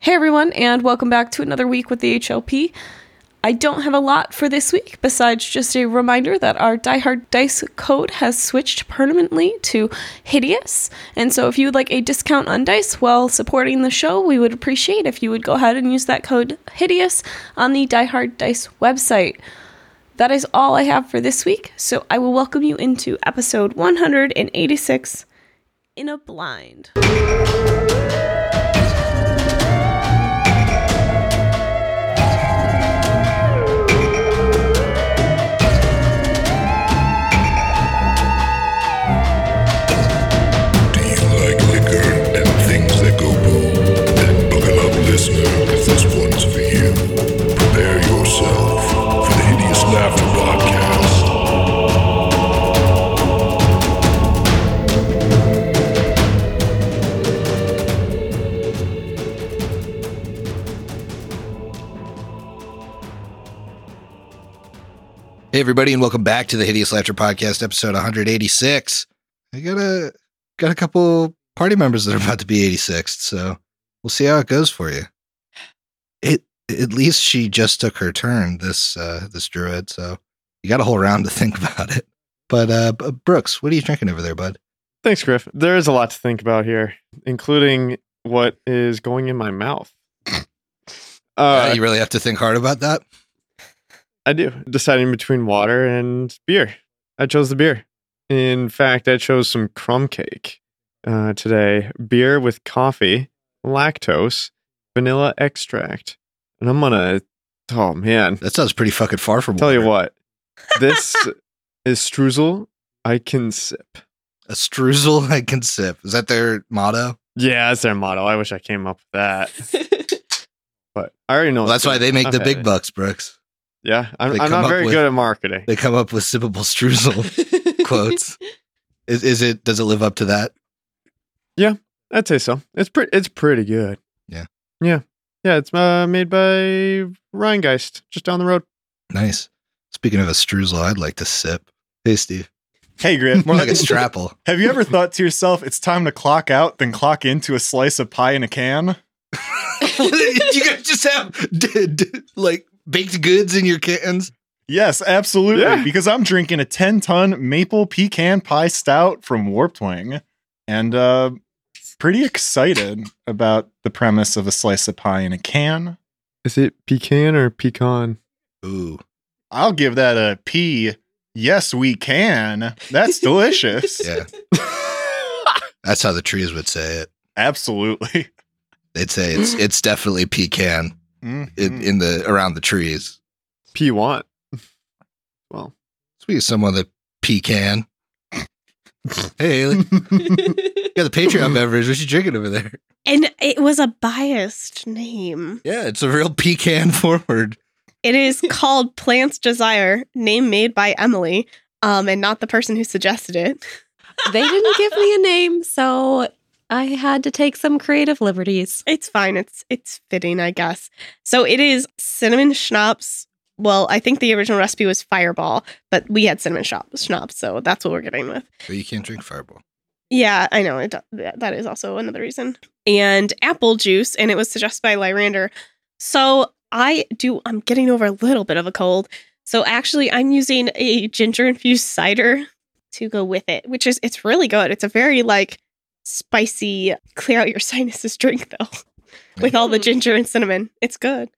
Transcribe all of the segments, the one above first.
Hey everyone, and welcome back to another week with the HLP. I don't have a lot for this week besides just a reminder that our Die Hard Dice code has switched permanently to Hideous. And so if you would like a discount on dice while supporting the show, we would appreciate if you would go ahead and use that code Hideous on the Die Hard Dice website. That is all I have for this week, so I will welcome you into episode 186 in a blind. Do you like liquor and things that go boom? Then buckle up, listener, because this one's for you. Prepare yourself for the Hideous Laughter Podcast. Hey everybody, and welcome back to the Hideous Laughter Podcast, episode 186. I got a got a couple party members that are about to be 86, so we'll see how it goes for you. It at least she just took her turn this uh this druid, so you got a whole round to think about it. But uh B- Brooks, what are you drinking over there, bud? Thanks, Griff. There is a lot to think about here, including what is going in my mouth. Uh, Uh, you really have to think hard about that. I do. Deciding between water and beer. I chose the beer. In fact, I chose some crumb cake uh, today. Beer with coffee, lactose, vanilla extract. And I'm going to, oh man, That sounds pretty fucking far from tell you water. what, this is streusel I can sip. A streusel I can sip. Is that their motto? Yeah, that's their motto. I wish I came up with that. But I already know. Well, that's why they make the big bucks, bucks. Brooks. Yeah, They I'm, I'm come not up very with- good at marketing. They come up with sippable streusel. quotes. Is, is it? Does it live up to that? I'd say so. It's pretty. It's pretty good. Yeah. Yeah. Yeah. It's uh, made by Rheingeist, just down the road. Nice. Speaking of a streusel, I'd like to sip. Hey, Steve. Hey, Griff. More like a strapple. Have you ever thought to yourself, it's time to clock out, then clock into a slice of pie in a can? you guys just have d- d- like baked goods in your cans? Yes, absolutely. Yeah. Because I'm drinking a 10 ton maple pecan pie stout from Warped Wing and uh, pretty excited about the premise of a slice of pie in a can. Is it pecan or pecan? Ooh, I'll give that a P. Yes, we can. That's delicious. yeah. That's how the trees would say it. Absolutely. They'd say it's it's definitely pecan in, Mhm. in the around the trees. P want. Speaking of someone that pecan. Hey, Haley, you got the Patreon beverage. What you drinking over there? And it was a biased name. Yeah, it's a real pecan forward. It is called Plant's Desire, name made by Emily, um, and not the person who suggested it. they didn't give me a name, so I had to take some creative liberties. It's fine. It's it's fitting, I guess. So it is cinnamon schnapps. Well, I think the original recipe was Fireball, but we had cinnamon schnapp- schnapps, so that's what we're getting with. But you can't drink Fireball. Yeah, I know. It, that that is also another reason. And apple juice, and it was suggested by Lyrander. So I do. I'm getting over a little bit of a cold. So actually, I'm using a ginger infused cider to go with it, which is it's really good. It's a very like spicy, clear out your sinuses drink though, with all Hmm. the ginger and cinnamon. It's good.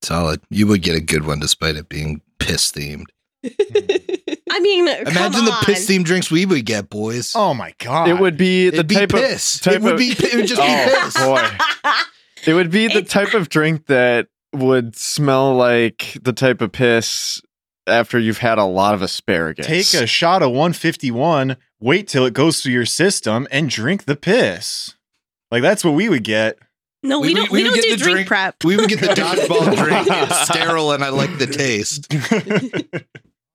Solid. You would get a good one despite it being piss themed. I mean, Imagine the piss themed drinks we would get, boys. Oh my God. It would be the It'd be type piss. of type it would of- be. It would just be Oh piss. boy! It would be the It's- type of drink that would smell like the type of piss after you've had a lot of asparagus. Take a shot of 151, wait till it goes through your system, and drink the piss. Like that's what we would get. no, we, We- don't. we We, would don't get do the drink, drink. prep. We would get the dodgeball drink. It's sterile, and I like the taste.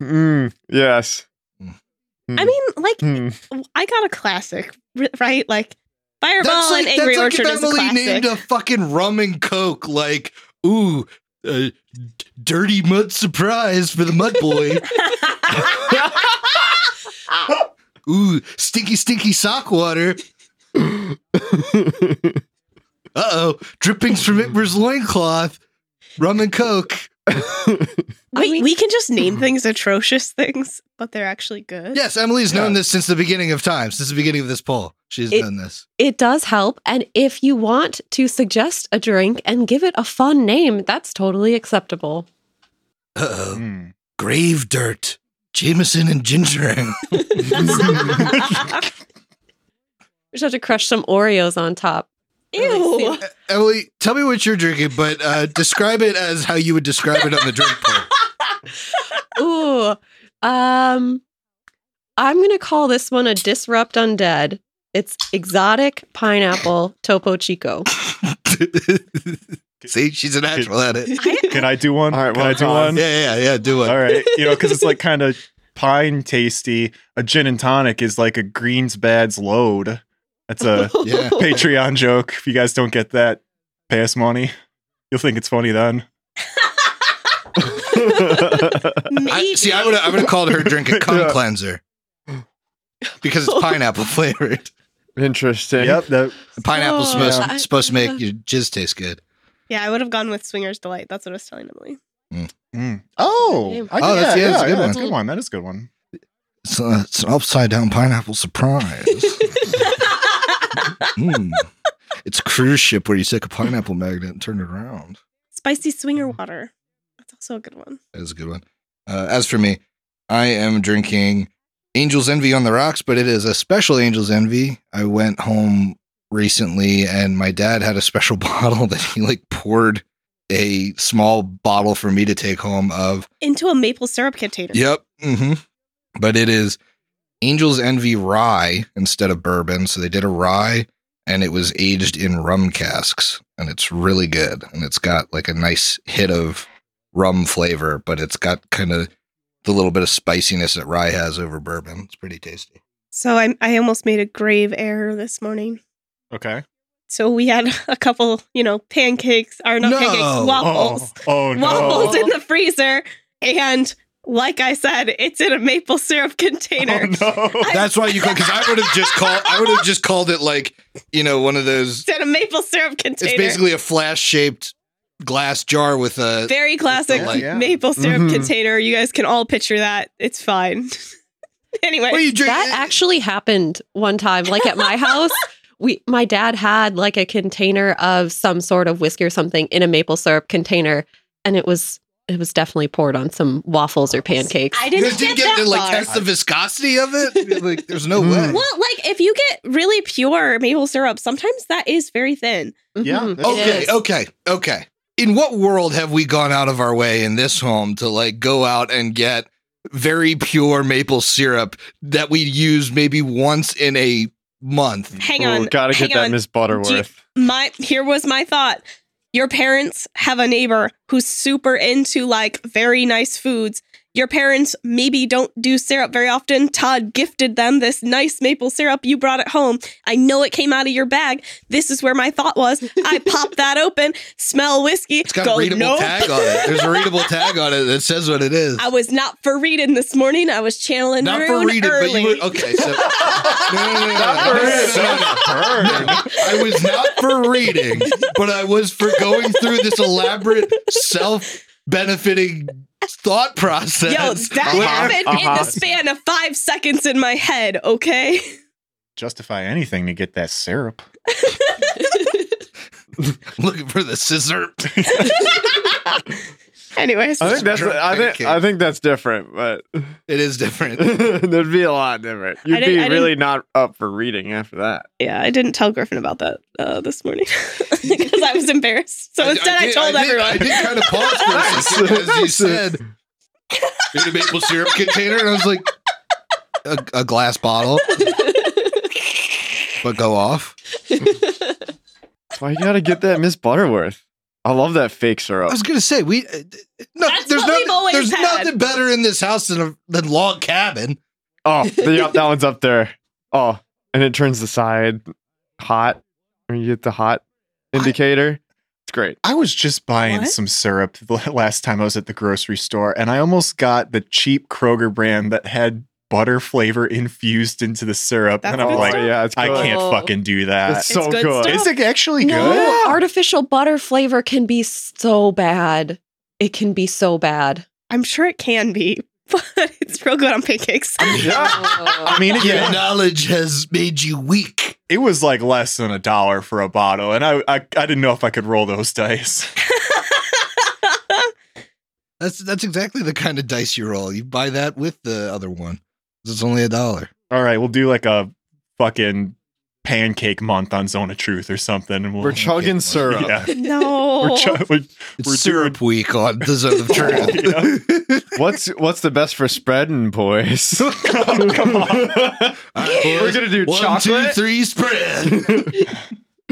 Mm, yes. Hmm. I mean, like Mm. I got a classic, r- right? Like Fireball and like, Angry that's like Orchard if is a Emily classic. named a fucking rum and coke. Like, ooh, uh, d- dirty mud surprise for the mud boy. ooh, stinky stinky sock water. Uh oh, drippings from Itmer's loincloth, rum and coke. I Wait, mean- we can just name things atrocious things, but they're actually good. Yes, Emily's known Yeah. this since the beginning of time, since the beginning of this poll. She's It- done this. It does help. And if you want to suggest a drink and give it a fun name, that's totally acceptable. Uh oh. Hmm. Grave dirt, Jameson and ginger ale. We just have to crush some Oreos on top. Ew. Emily, tell me what you're drinking, but uh, describe it as how you would describe it on the drink poll. Ooh. Um I'm gonna call this one a disrupt undead. It's exotic pineapple topo chico. See, she's a natural at it. Can I do one? All right, Can well, I do Tom. one? Yeah, yeah, yeah. Do it. All right. You know, because it's like kind of pine tasty. A gin and tonic is like a Greens Bad's load. That's a Yeah. Patreon joke. If you guys don't get that, pay us money. You'll think it's funny then. Maybe. I, see, I would I would have called her drink a cum Yeah. cleanser because it's pineapple flavored. Interesting. Yep. That, Pineapple's Oh, supposed yeah. supposed to make your jizz taste good. yeah, I would have gone with Swinger's Delight. That's what I was telling Emily. mm. Oh, I, Oh, that's- yeah, yeah, that's a good yeah, yeah, one. that's a good one. That is a good one. It's, uh, it's an upside down pineapple surprise. Mm. It's a cruise ship where you take a pineapple magnet and turn it around. Spicy Swinger Mm-hmm. Water. That's also a good one. That is a good one. Uh, as for me, I am drinking Angel's Envy on the rocks, but it is a special Angel's Envy. I went home recently and my dad had a special bottle that he like poured a small bottle for me to take home of. Into a maple syrup container. Yep. hmm But it is Angel's Envy rye instead of bourbon. So they did a rye and it was aged in rum casks and it's really good. And it's got like a nice hit of rum flavor, but it's got kind of the little bit of spiciness that rye has over bourbon. It's pretty tasty. So I, I almost made a grave error this morning. Okay. So we had a couple, you know, pancakes, or not No. pancakes, waffles. Oh, oh no. Waffles in the freezer. And like I said, it's in a maple syrup container. Oh, no. That's why you call because I would have just called I would have just called it like, you know, one of those It's in a maple syrup container. it's basically a flash shaped glass jar with a very classic like- Yeah. maple syrup Mhm. container. You guys can all picture that. It's fine. anyway, what are you drinking? That actually happened one time, like at my house. We, my dad had like a container of some sort of whiskey or something in a maple syrup container, and it was it was definitely poured on some waffles or pancakes. I You didn't guys get, didn't get that to like far. test the viscosity of it. Like, there's no way. Mm. well, like if you get really pure maple syrup, sometimes that is very thin. Yeah, Mhm. that's- Okay, okay, okay. In what world have we gone out of our way in this home to like go out and get very pure maple syrup that we use maybe once in a month? Hang Ooh, on, Oh, gotta hang get that on. Miss Butterworth. my here was my thought. Your parents have a neighbor who's super into like very nice foods. Your parents maybe don't do syrup very often. Todd gifted them this nice maple syrup. You brought it home. I know it came out of your bag. This is where my thought was. I pop that open, smell whiskey, It's got go a readable nope. tag on it. There's a readable tag on it that says what it is. I was not for reading this morning. I was channeling Not Rune for reading, early. but you would. Okay, so. No, no, no, no, no, Not for no, reading. no, no. I was not for reading, but I was for going through this elaborate self benefiting thought process. Yo, that where- happened in uh-huh. the span of five seconds in my head. Okay. Justify anything to get that syrup. Looking for the scissor. Anyways, I think that's Drunk I think pancake. I think that's different, but It is different. that'd be a lot different. You'd didn't- be I really not up for reading after that. yeah, I didn't tell Griffin about that uh, this morning because I was embarrassed. So instead, I, did- told did- everyone. I did kind of pause for a second as you said in a maple syrup container, and I was like, a, a glass bottle. But go off. That's why you gotta get that Miss Butterworth. I love that fake I syrup. was gonna say we. Uh, no, That's there's what no, we've always there's had. nothing better in this house than a than log cabin. Oh, yeah, that one's up there. Oh, and it turns the side hot. When you get the hot indicator, it's great. I was just buying What? some syrup the last time I was at the grocery store, and I almost got the cheap Kroger brand that had butter flavor infused into the syrup. That's and I'm good like, stuff. yeah, it's I good. can't Oh. fucking do that. It's so It's good good. stuff. Is it actually No, good? artificial butter flavor can be so bad. It can be so bad. I'm sure it can be, but it's real good on pancakes. Yeah. I mean, it, Your knowledge has made you weak. it was like less than a dollar for a bottle, and I, I I didn't know if I could roll those dice. That's that's exactly the kind of dice you roll. You buy that with the other one. 'Cause It's only a dollar. All right, we'll do like a fucking pancake month on Zone of Truth or something, and we'll. We're chugging Yeah. syrup. yeah. no. We're chug- we're- It's We're syrup week on the zone of Yeah. truth. What's what's the best for spreading, boys? come on. All right, We're boys. gonna do One, chocolate. two, three, spread.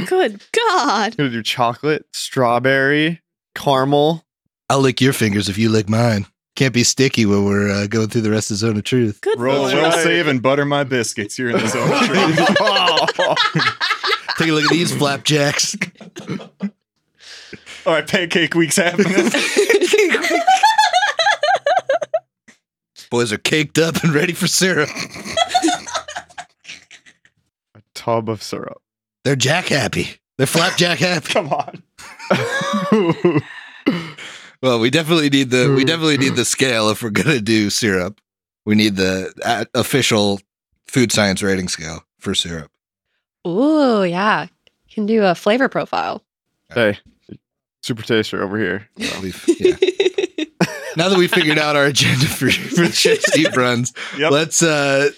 Good God. We're gonna do chocolate, strawberry, caramel. I'll lick your fingers if you lick mine. Can't be sticky when we're uh, going through the rest of the zone of truth. Good roll Lord. a That's will right. save and butter my biscuits. You're in the Zone of Truth. Take a look at these flapjacks. All right, pancake week's happening. Boys are caked up and ready for syrup. A tub of syrup. They're jack happy. They're flapjack happy. Come on. Well, we definitely need the we definitely need the scale if we're gonna do syrup. We need the uh, official food science rating scale for syrup. Ooh, yeah. You can do a flavor profile. hey, super taster over here. We've- yeah. now that we figured out our agenda for, for the Chef Steve runs, Yep. let's uh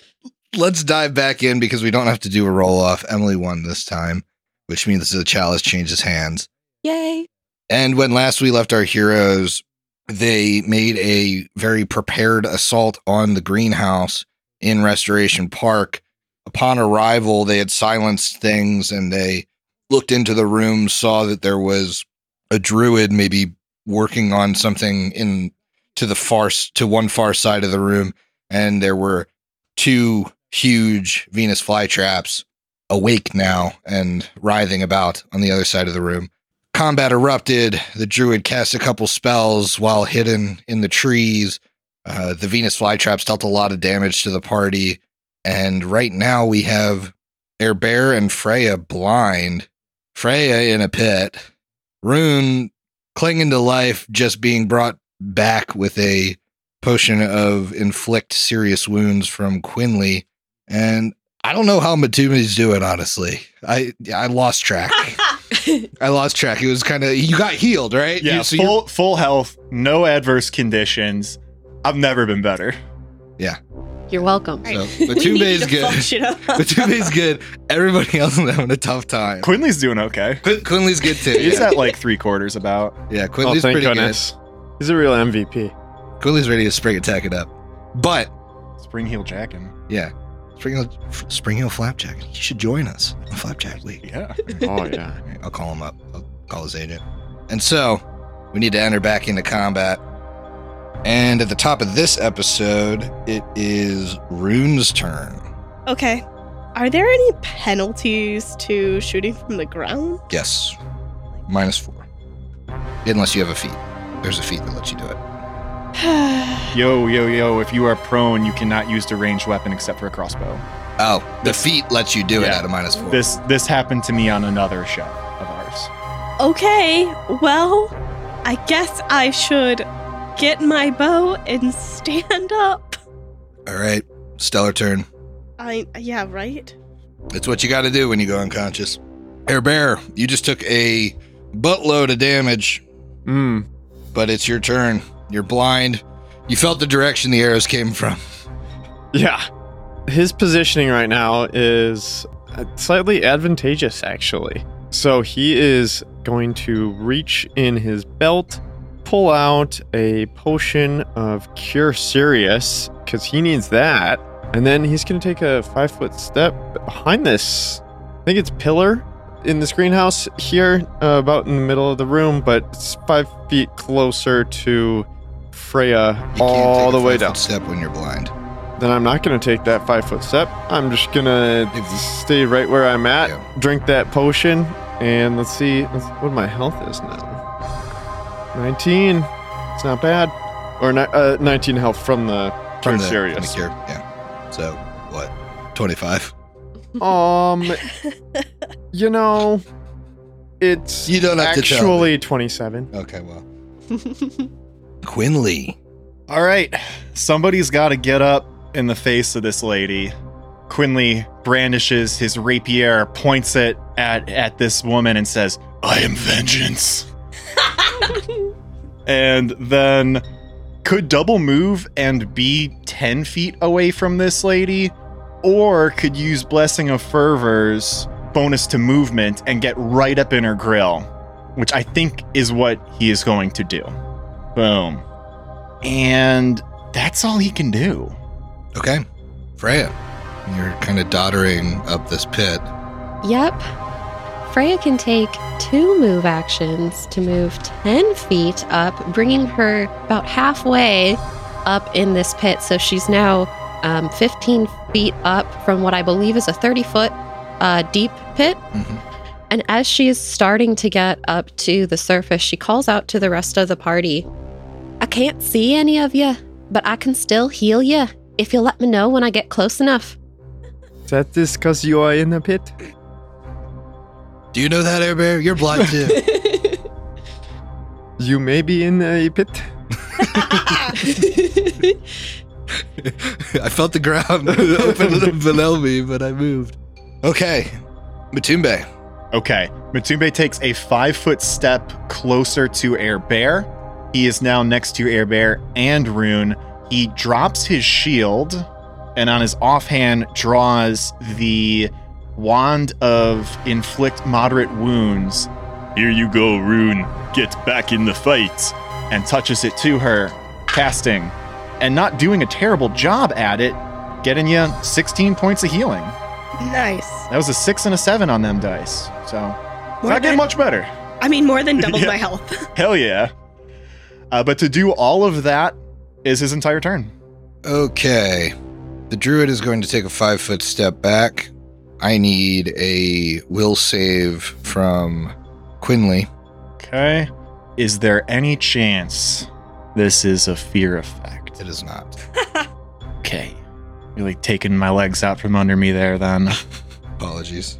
let's dive back in because we don't have to do a roll off. Emily won this time, which means the chalice changes hands. Yay. And when last we left our heroes, they made a very prepared assault on the greenhouse in Restoration Park. Upon arrival, they had silenced things and they looked into the room, saw that there was a druid maybe working on something in to the far s- to one far side of the room, and there were two huge Venus flytraps awake now and writhing about on the other side of the room. Combat erupted. The druid cast a couple spells while hidden in the trees. Uh, the Venus flytraps dealt a lot of damage to the party. And right now we have Airbear and Freya blind, Freya in a pit, Rune clinging to life, just being brought back with a potion of inflict serious wounds from Quinley. And I don't know how Matumi's doing, honestly. I I lost track. I lost track. It was kind of you got healed, right? Yeah, You- so you're- full full health, no adverse conditions. I've never been better. You're welcome. so We need Matume to is fuck good. shit up. Matume's good. Everybody else is having a tough time. Quinley's doing okay. Quin- Quinley's good too. He's Yeah, at like three quarters about. yeah oh, Quinley's thank pretty goodness. He's a real MVP. good. Quinley's ready to spring attack it up. But Spring heel jacking. yeah, Spring Hill, F- Spring Hill Flapjack. He should join us on Flapjack League. Yeah. Oh yeah. All right, I'll call him up. I'll call his agent. And so we need to enter back into combat. And at the top of this episode, it is Rune's turn. Okay. Are there any penalties to shooting from the ground? Yes. Minus four. Unless you have a feat. There's a feat that lets you do it. Yo, yo, yo. If you are prone, you cannot use the ranged weapon except for a crossbow. Oh, the feat lets you do it Yeah. at a minus four. This this happened to me on another show of ours. okay, well, I guess I should get my bow and stand up. All right. Stellar turn. I yeah, right? It's what you got to do when you go unconscious. Air Bear, you just took a buttload of damage, Mm. but it's your turn. You're blind. You felt the direction the arrows came from. Yeah. His positioning right now is uh, slightly advantageous, actually. So he is going to reach in his belt, pull out a potion of Cure Serious, because he needs that. And then he's going to take a five foot step behind this. I think it's pillar in this greenhouse here, uh, about in the middle of the room, but it's five feet closer to Freya You all the a way five-foot down Step when you're blind. then I'm not going to take that five foot step. I'm just going to If you- stay right where I'm at, Yeah. drink that potion, and let's see let's- what my health is now. 19. It's not bad. Or ni- uh, 19 health from the From the, from from the serious. cure. Yeah. So, what? 25. Um, you know, it's You don't have to tell. me. actually 27. Okay, well. Quinley. All right. Somebody's got to get up in the face of this lady. Quinley brandishes his rapier, points it at, at this woman, and says, I am vengeance. and then could double move and be 10 feet away from this lady, or could use Blessing of Fervor's bonus to movement and get right up in her grill, which I think is what he is going to do. Boom. And that's all he can do. Okay. Freya, you're kind of doddering up this pit. Yep. Freya can take two move actions to move 10 feet up, bringing her about halfway up in this pit. So she's now um, 15 feet up from what I believe is a 30 foot uh, deep pit. Mhm. And as she is starting to get up to the surface, she calls out to the rest of the party I can't see any of you, but I can still heal you if you let me know when I get close enough. Is that this because you are in a pit? Do you know that, Air Bear? You're blind too. You may be in a pit. I felt the ground open up below me, but I moved. Okay. Matumbe. Okay, Matumbe takes a five foot step closer to Air Bear. He is now next to Air Bear and Rune. He drops his shield and on his offhand draws the wand of inflict moderate wounds. Here you go, Rune. Get back in the fight. And touches it to her, casting and not doing a terrible job at it, getting you 16 points of healing. nice. That was a six and a seven on them dice. So it's not getting much better. I mean, more than doubled Yeah. my health. Hell yeah. Uh, but to do all of that is his entire turn. Okay. The druid is going to take a five foot step back. I need a will save from Quinley. Okay. Is there any chance this is a fear effect? It is not. Okay. Really taking my legs out from under me there then. Apologies.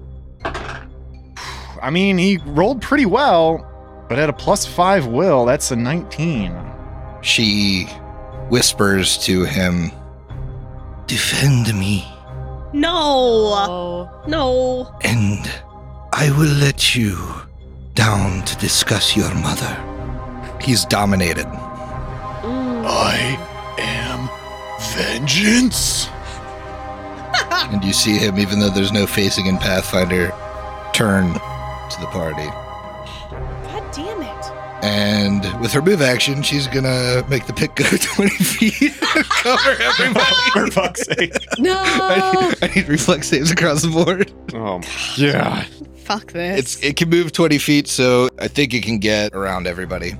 I mean, he rolled pretty well, but at a plus five will, that's a 19. She whispers to him, Defend me, no, Oh. no. and I will let you down to discuss your mother. He's dominated. I am vengeance. And you see him, even though there's no facing in Pathfinder, turn to the party. God damn it. And with her move action, she's gonna make the pick go 20 feet and cover everybody. For fuck's sake. I No. need, I need reflex saves across the board. Oh, yeah. Fuck this. It's it can move 20 feet, so I think it can get around everybody.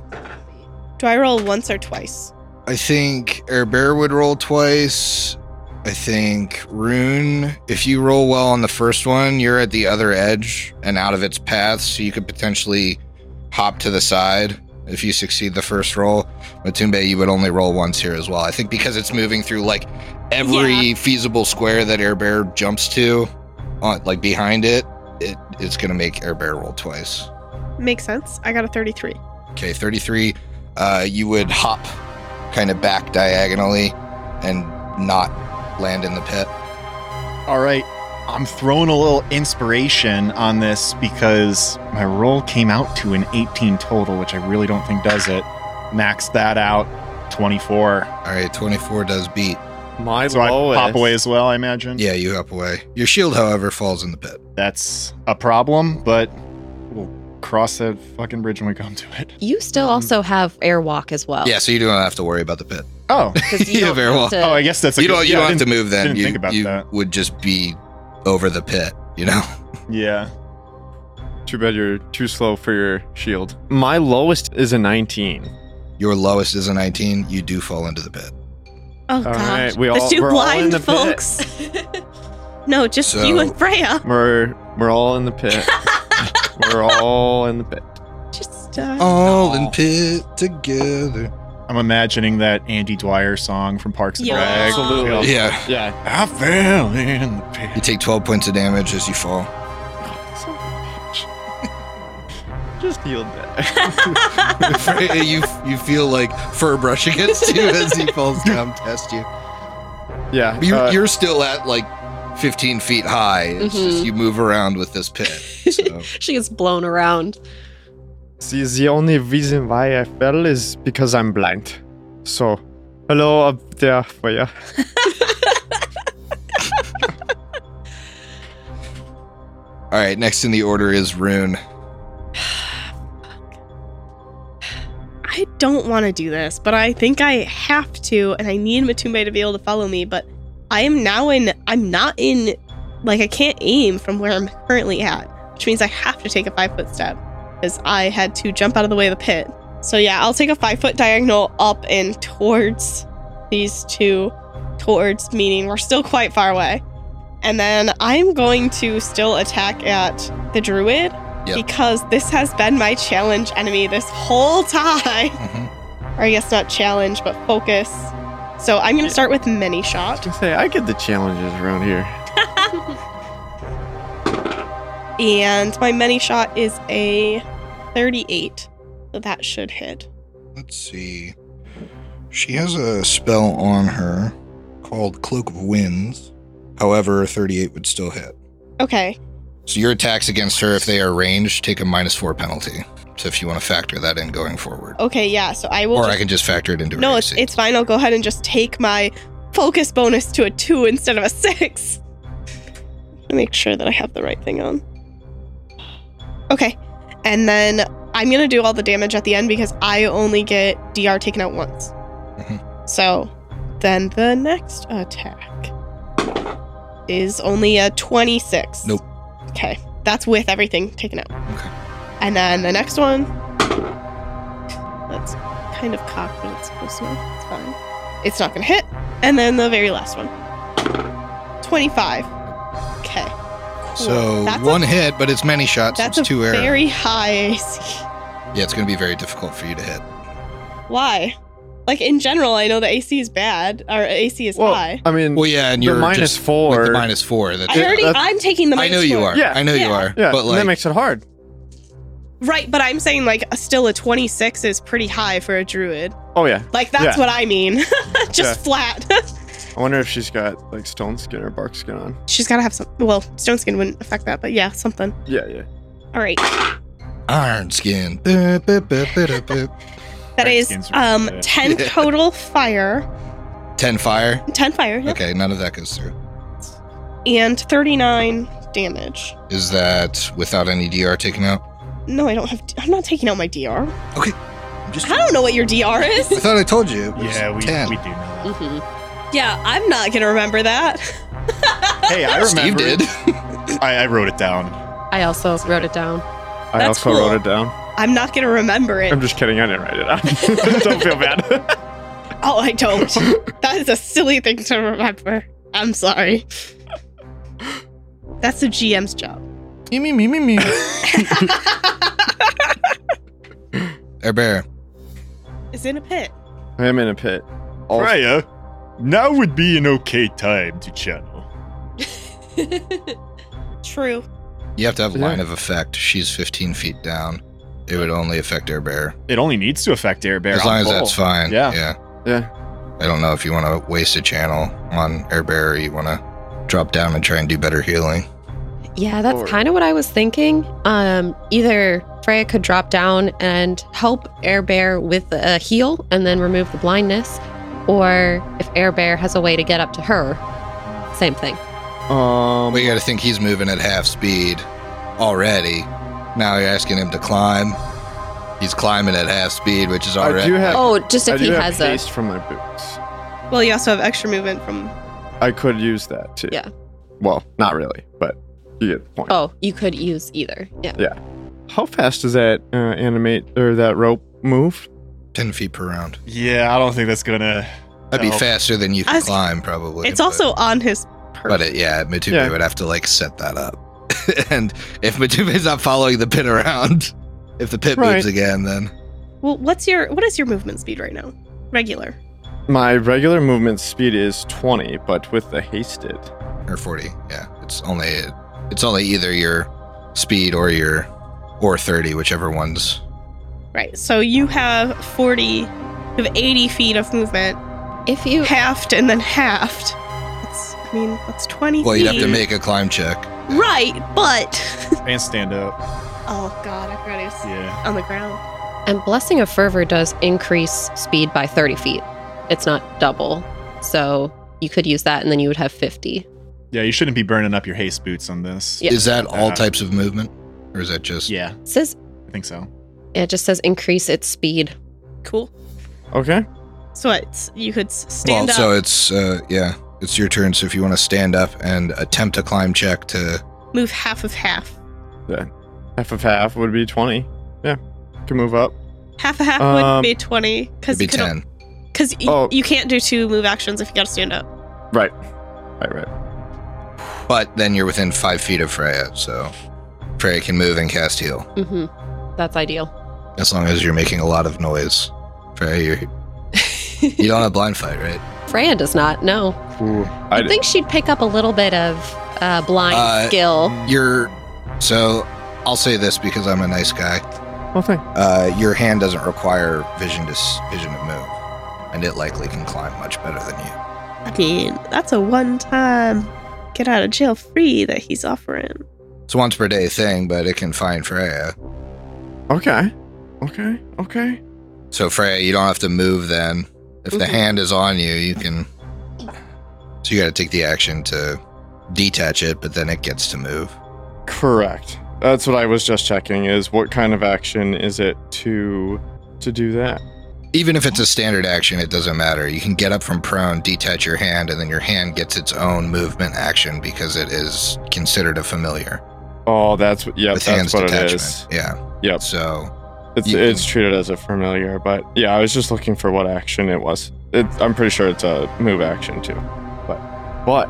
Do I roll once or twice? I think Air Bear would roll twice. I think Rune, if you roll well on the first one, you're at the other edge and out of its path, so you could potentially hop to the side if you succeed the first roll. Matumbe, you would only roll once here as well. I think because it's moving through like every feasible square that Air Bear jumps to, on, like behind it, it it's going to make Air Bear roll twice. Makes sense. I got a 33. Okay, 33. Uh, you would hop kind of back diagonally and not land in the pit. All right, I'm throwing a little inspiration on this because my roll came out to an 18 total, which I really don't think does it. Max that out, 24. All right, 24 does beat. My So I pop away as well, I imagine. Yeah, you hop away. Your shield, however, falls in the pit. That's a problem, but we'll cross that fucking bridge when we come to it. You still Mm-hmm. also have air walk as well. Yeah, so you don't have to worry about the pit. Oh, 'Cause You have don't air walk. to- oh, I guess that's a you good- don't, you yeah, I don't have to didn't- move then. didn't you think about you that. would just be over the pit, you know? Yeah. Too bad you're too slow for your shield. My lowest is a 19. Your lowest is a 19. You do fall into the pit. Oh, All God. right, we Let's all- do we're all in blind, the pit. folks. no, just So- you and Freya. We're we're all in the pit. we're all in the pit. Just, uh, All in pit together. I'm imagining that Andy Dwyer song from Parks and Yeah. Rec. Absolutely. Yeah. Yeah. I fell in the You pit. take 12 points of damage as you fall. Son of a bitch. Just healed that. you you feel like fur brush against you as he falls down past you. yeah. you uh, you're still at like 15 feet high. It's just Mm-hmm. Mhm. you move around with this pit. So. she gets blown around. See, the only reason why I fell is because I'm blind. So, hello up there for you. All right, next in the order is Rune. I don't want to do this, but I think I have to, and I need Matumbe to be able to follow me. But I am now in, I'm not in, like, I can't aim from where I'm currently at, which means I have to take a five foot step because I had to jump out of the way of the pit. So, yeah, I'll take a five foot diagonal up and towards these two, towards, meaning we're still quite far away. And then I'm going to still attack at the druid. Yep. Because this has been my challenge enemy this whole time Mm-hmm. Mhm. or I guess not challenge, but focus. So I'm gonna start with many shot, can say I get the challenges around here. and my many shot is a 38, so that should hit. Let's see. She has a spell on her called Cloak of Winds. However, 38 would still hit. Okay, So your attacks against her, if they are ranged, take a minus four penalty. So if you want to factor that in going forward, okay, yeah. So I will. or just- I can just factor it into her no, it's AC. it's fine. I'll go ahead and just take my focus bonus to a two instead of a six. To make sure that I have the right thing on. Okay, and then I'm gonna do all the damage at the end because I only get DR taken out once. Mhm. So then the next attack is only a 26. Nope. Okay, that's with everything taken out. Okay. And then the next one. That's kind of cocked, but it's close enough. It's fine. It's not gonna hit. And then the very last one. 25. Okay. Cool. so That's a- one hit, but it's many shots. that's a it's two arrows. very high AC. Yeah, it's going to be very difficult for you to hit. Why? Like in general, I know the AC is bad. Or AC is Well, high. I mean, Well, yeah, and the you're minus just four. with the minus four. That's I already, that's- I'm taking the I minus know you four. are. Yeah. I know you Yeah. are. yeah, but and that like, makes it hard. Right, but I'm saying like a- still a 26 is pretty high for a druid. Oh yeah. Like that's Yeah. what I mean. Just Yeah. flat. I wonder if she's got like stone skin or bark skin on. She's gotta have some. Well, stone skin wouldn't affect that, but yeah, something. Yeah, yeah. All right. iron skin. Boop, boop, boop, boop, boop. That Right, is skins are um good. 10 total fire. Ten fire. 10 fire, yeah. Okay, none of that goes through. And 39 damage. Is that without any DR taken out? No, I don't have. I'm not taking out my DR. Just, I don't know what your DR I is. thought I told you. it was Yeah, we, we do ten. know that. Mhm. yeah, I'm not gonna remember that. Hey, I remember. Steve did. I, I wrote it down. I also wrote it down. I That's also cool. wrote it down. I'm not gonna remember it. I'm just kidding. I didn't write it down. Don't feel bad. Oh, I don't. that is a silly thing to remember. I'm sorry. That's the GM's job. Me, me, me, me, me. Air Bear. It's in a pit. I am in a pit. Also- Freya, now would be an okay time to channel. True. You have to have Yeah. line of effect. She's 15 feet down. It would only affect Air Bear. It only needs to affect Air Bear. as on long as full. that's fine. Yeah. Yeah. Yeah. I don't know if you want to waste a channel on Air Bear or you want to drop down and try and do better healing. Yeah, that's Lord. kind of what I was thinking. Um, either Freya could drop down and help Air Bear with a heal and then remove the blindness, or if Air Bear has a way to get up to her, same thing. Um. But you got to think he's moving at half speed already. Now you're asking him to climb. He's climbing at half speed, which is I already. do have. Oh, just I if do he have has a. haste from my boots. Well, you also have extra movement from. I could use that too. Yeah. Well, not really, but you get the point. Oh, you could use either. Yeah. Oh. How fast does that uh, animate or that rope move? 10 feet per round. Yeah, I don't think that's gonna. That'd be No. faster than you I can was- climb, probably. It's but- also on his. But it, yeah, Matube Yeah. would have to like set that up. and if Matube's not following the pit around, if the pit Right. moves again, then Well, what's your what is your movement speed right now? regular? My regular movement speed is 20, but with the hasted. or 40. Yeah, it's only it's only either your speed or your or 30, whichever one's. Right. So you have 40, you have 80 feet of movement, If you halved and then halved. That's, I mean, that's 20 Well, feet. you'd have to make a climb check. Right, but. And stand up. Oh, God, I forgot he was Yeah. on the ground. and blessing of fervor does increase speed by 30 feet. It's not double, so you could use that, and then you would have 50. Yeah, you shouldn't be burning up your haste boots on this. Yeah. Is that all Uh, types of movement, or is that just? Yeah, It says I think so. it just says increase its speed. Cool. Okay. So it's, you could s- Well, stand up. so it's uh, yeah, it's your turn. So if you want to stand up and attempt a climb check to, move half of half. Half of half would be 20. Yeah. Can move up. Half a half would Um, be 20. it'd Because be ten. Because Oh. you can't do two move actions if you got to stand up. Right. Right, right. But then you're within five feet of Freya, so Freya can move and cast heal hmm That's ideal. as long as you're making a lot of noise. Freya, you're, you don't have blind fight, right? Freya does not. No, I I d- think she'd pick up a little bit of uh, blind Uh, skill. You're so. I'll say this because I'm a nice guy. Well, thank- Uh, your hand doesn't require vision to s- vision to move, and it likely can climb much better than you. I mean, that's a one time get out of jail free that he's offering. It's a once per day thing, but it can find Freya. Okay. Okay. Okay. So Freya, you don't have to move then. If the Mhm. hand is on you, you can. So you got to take the action to detach it, but then it gets to move. Correct. That's what I was just checking is what kind of action is it to to do that? Even if it's a standard action, it doesn't matter. You can get up from prone, detach your hand, and then your hand gets its own movement action because it is considered a familiar Oh, that's what yep, with that's hands what detachment. it is. Yeah. Yep. So It's You it's can- treated as a familiar, but yeah, I was just looking for what action it was. It, I'm pretty sure it's a move action too. But but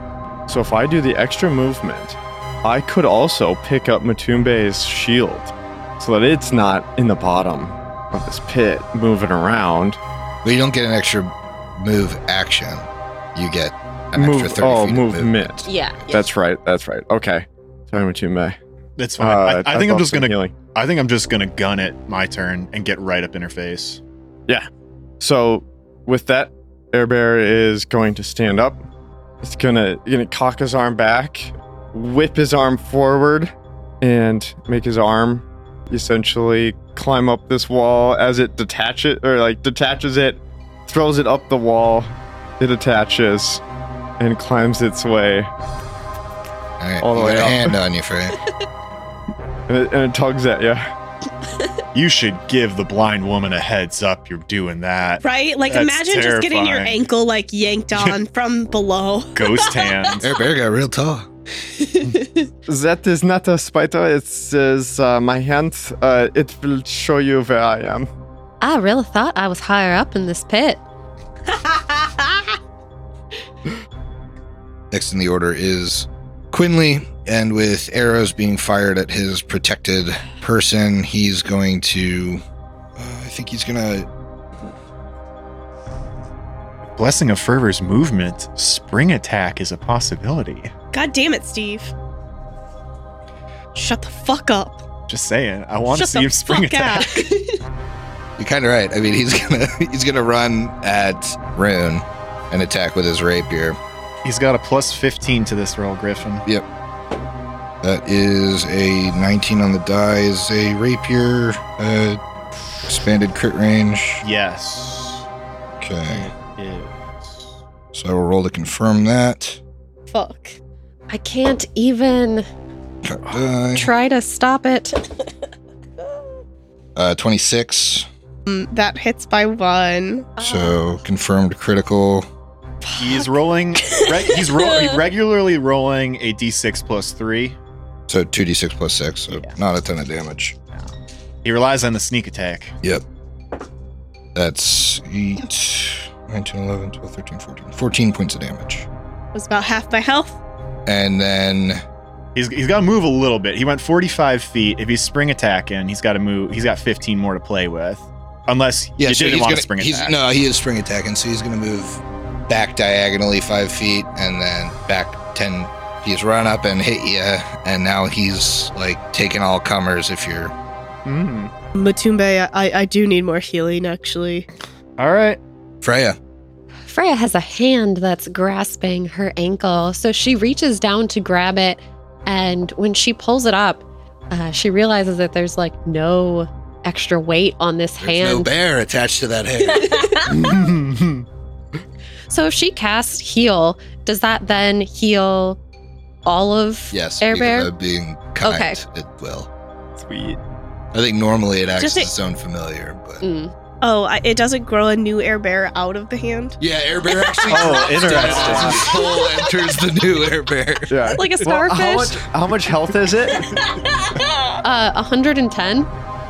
so if I do the extra movement, I could also pick up Matumbe's shield so that it's not in the bottom of this pit moving around. But you don't get an extra move action. You get an move extra 30 oh feet of movement. movement. Yeah. That's right. That's right. Okay. Sorry, Matumbe. That's Uh, fine. I- I, think I'm thought just some gonna. healing. I think I'm just gonna gun it my turn and get right up in her face. So with that, Air Bear is going to stand up. It's gonna gonna cock his arm back, whip his arm forward, and make his arm essentially climb up this wall as it detaches or like detaches it, throws it up the wall, it attaches, and climbs its way. All right, All the you way got a up. hand on you, Frey. And it, and it tugs at you. You should give the blind woman a heads up. You're doing that. Right? Like, That's imagine just getting your terrifying. ankle, like, yanked on from below. Ghost hand. Air Bear got real tall. That is not a spider. It says uh, my hand. Uh, it will show you where I am. I really thought I was higher up in this pit. Next in the order is Quinley, and with arrows being fired at his protected person, he's going to. Uh, I think he's gonna. Blessing of Fervor's movement, spring attack is a possibility. God damn it, Steve. Shut the fuck up. Just saying. I want to Shut see the him spring fuck attack. up. You're kind of right. I mean, he's gonna he's gonna run at Rune and attack with his rapier. He's got a plus 15 to this roll, Griffin. That is a 19 on the die. Is a rapier uh, expanded crit range. Yes. Okay. It- So I will roll to confirm that. fuck. I can't even Cut die. try to stop it. Uh, 26. Mm, that hits by one. So confirmed critical. He's rolling. Re- he's ro- he regularly rolling a d6 plus three. So 2d6 plus 6. So Yeah. not a ton of damage. He relies on the sneak attack. That's 8, 9, 10, 11, 12, 13, 14. 14 points of damage. Was about half my health. And then He's, he's got to move a little bit. He went 45 feet. If he's spring attacking, he's got to move. He's got 15 more to play with. Unless Yeah, you so didn't he's want gonna, to spring he's, attack. No, he is spring attacking, so he's going to move back diagonally five feet and then back ten. He's run up and hit you, and now he's like taking all comers. If you're Hmm. Mm. Matumbe, I, I do need more healing, actually. All right. Freya, Freya has a hand that's grasping her ankle, so she reaches down to grab it, and when she pulls it up, uh, she realizes that there's like no extra weight on this there's hand. no bear attached to that hand. so if she casts heal, does that then heal all of yes, Air because Bear? of being kind, Okay. it will. Sweet. I think normally it acts Just as think- its own familiar, but Mm. Oh, I, it doesn't grow a new air bear out of the hand. yeah, Air Bear actually. Oh, drops down interesting. As his soul enters the new Air Bear. Yeah. Like a Well, how, much, starfish? how much health is it? Uh, 110.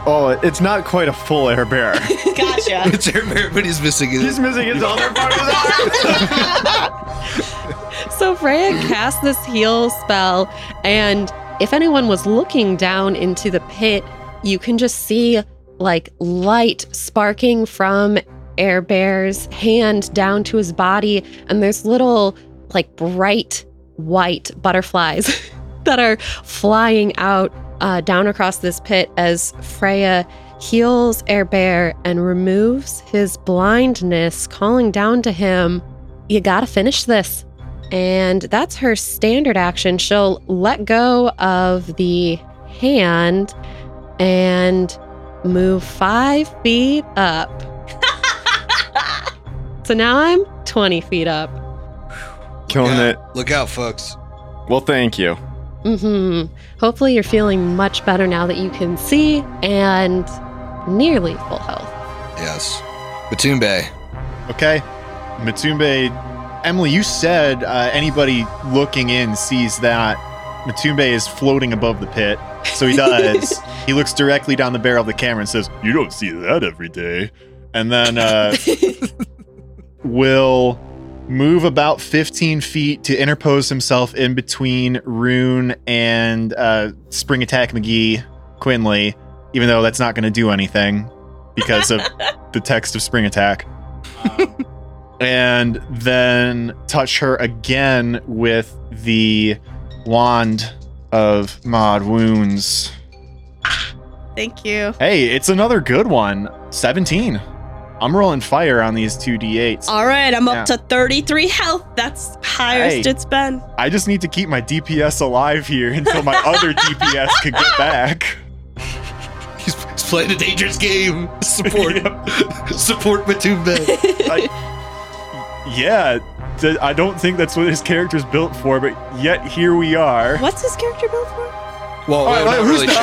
oh, it's not quite a full air bear. Gotcha. It's Air Bear, but he's missing his. He's missing his other part of the arm. So Freya casts this heal spell, and if anyone was looking down into the pit, you can just see like light sparking from Air Bear's hand down to his body, and there's little like bright white butterflies that are flying out uh, down across this pit as Freya heals Air Bear and removes his blindness, calling down to him, "You gotta finish this." And that's her standard action. She'll let go of the hand and move five feet up. so now I'm 20 feet up. Killing Yeah, it. Look out, folks. Well, thank you. hmm Hopefully, you're feeling much better now that you can see and nearly full health. Yes, Batumbe. Okay. Matumbe, Emily, you said uh, anybody looking in sees that Matumbe is floating above the pit. So he does. he looks directly down the barrel of the camera and says, You don't see that every day. And then uh, will move about 15 feet to interpose himself in between Rune and uh, Spring Attack McGee Quinley, even though that's not going to do anything because of the text of Spring Attack. Um, and then touch her again with the wand of mod wounds. Thank you. Hey, it's another good one. 17. I'm rolling fire on these two d8s. All right, I'm Yeah. up to 33 health. That's highest Hey. it's been. I just need to keep my DPS alive here until my other DPS could get back. He's, he's playing a dangerous game. Support, support Matumbe. Yeah, th- I don't think that's what his character's built for, but yet here we are. What's his character built for? Well, All right, we're not who's really next?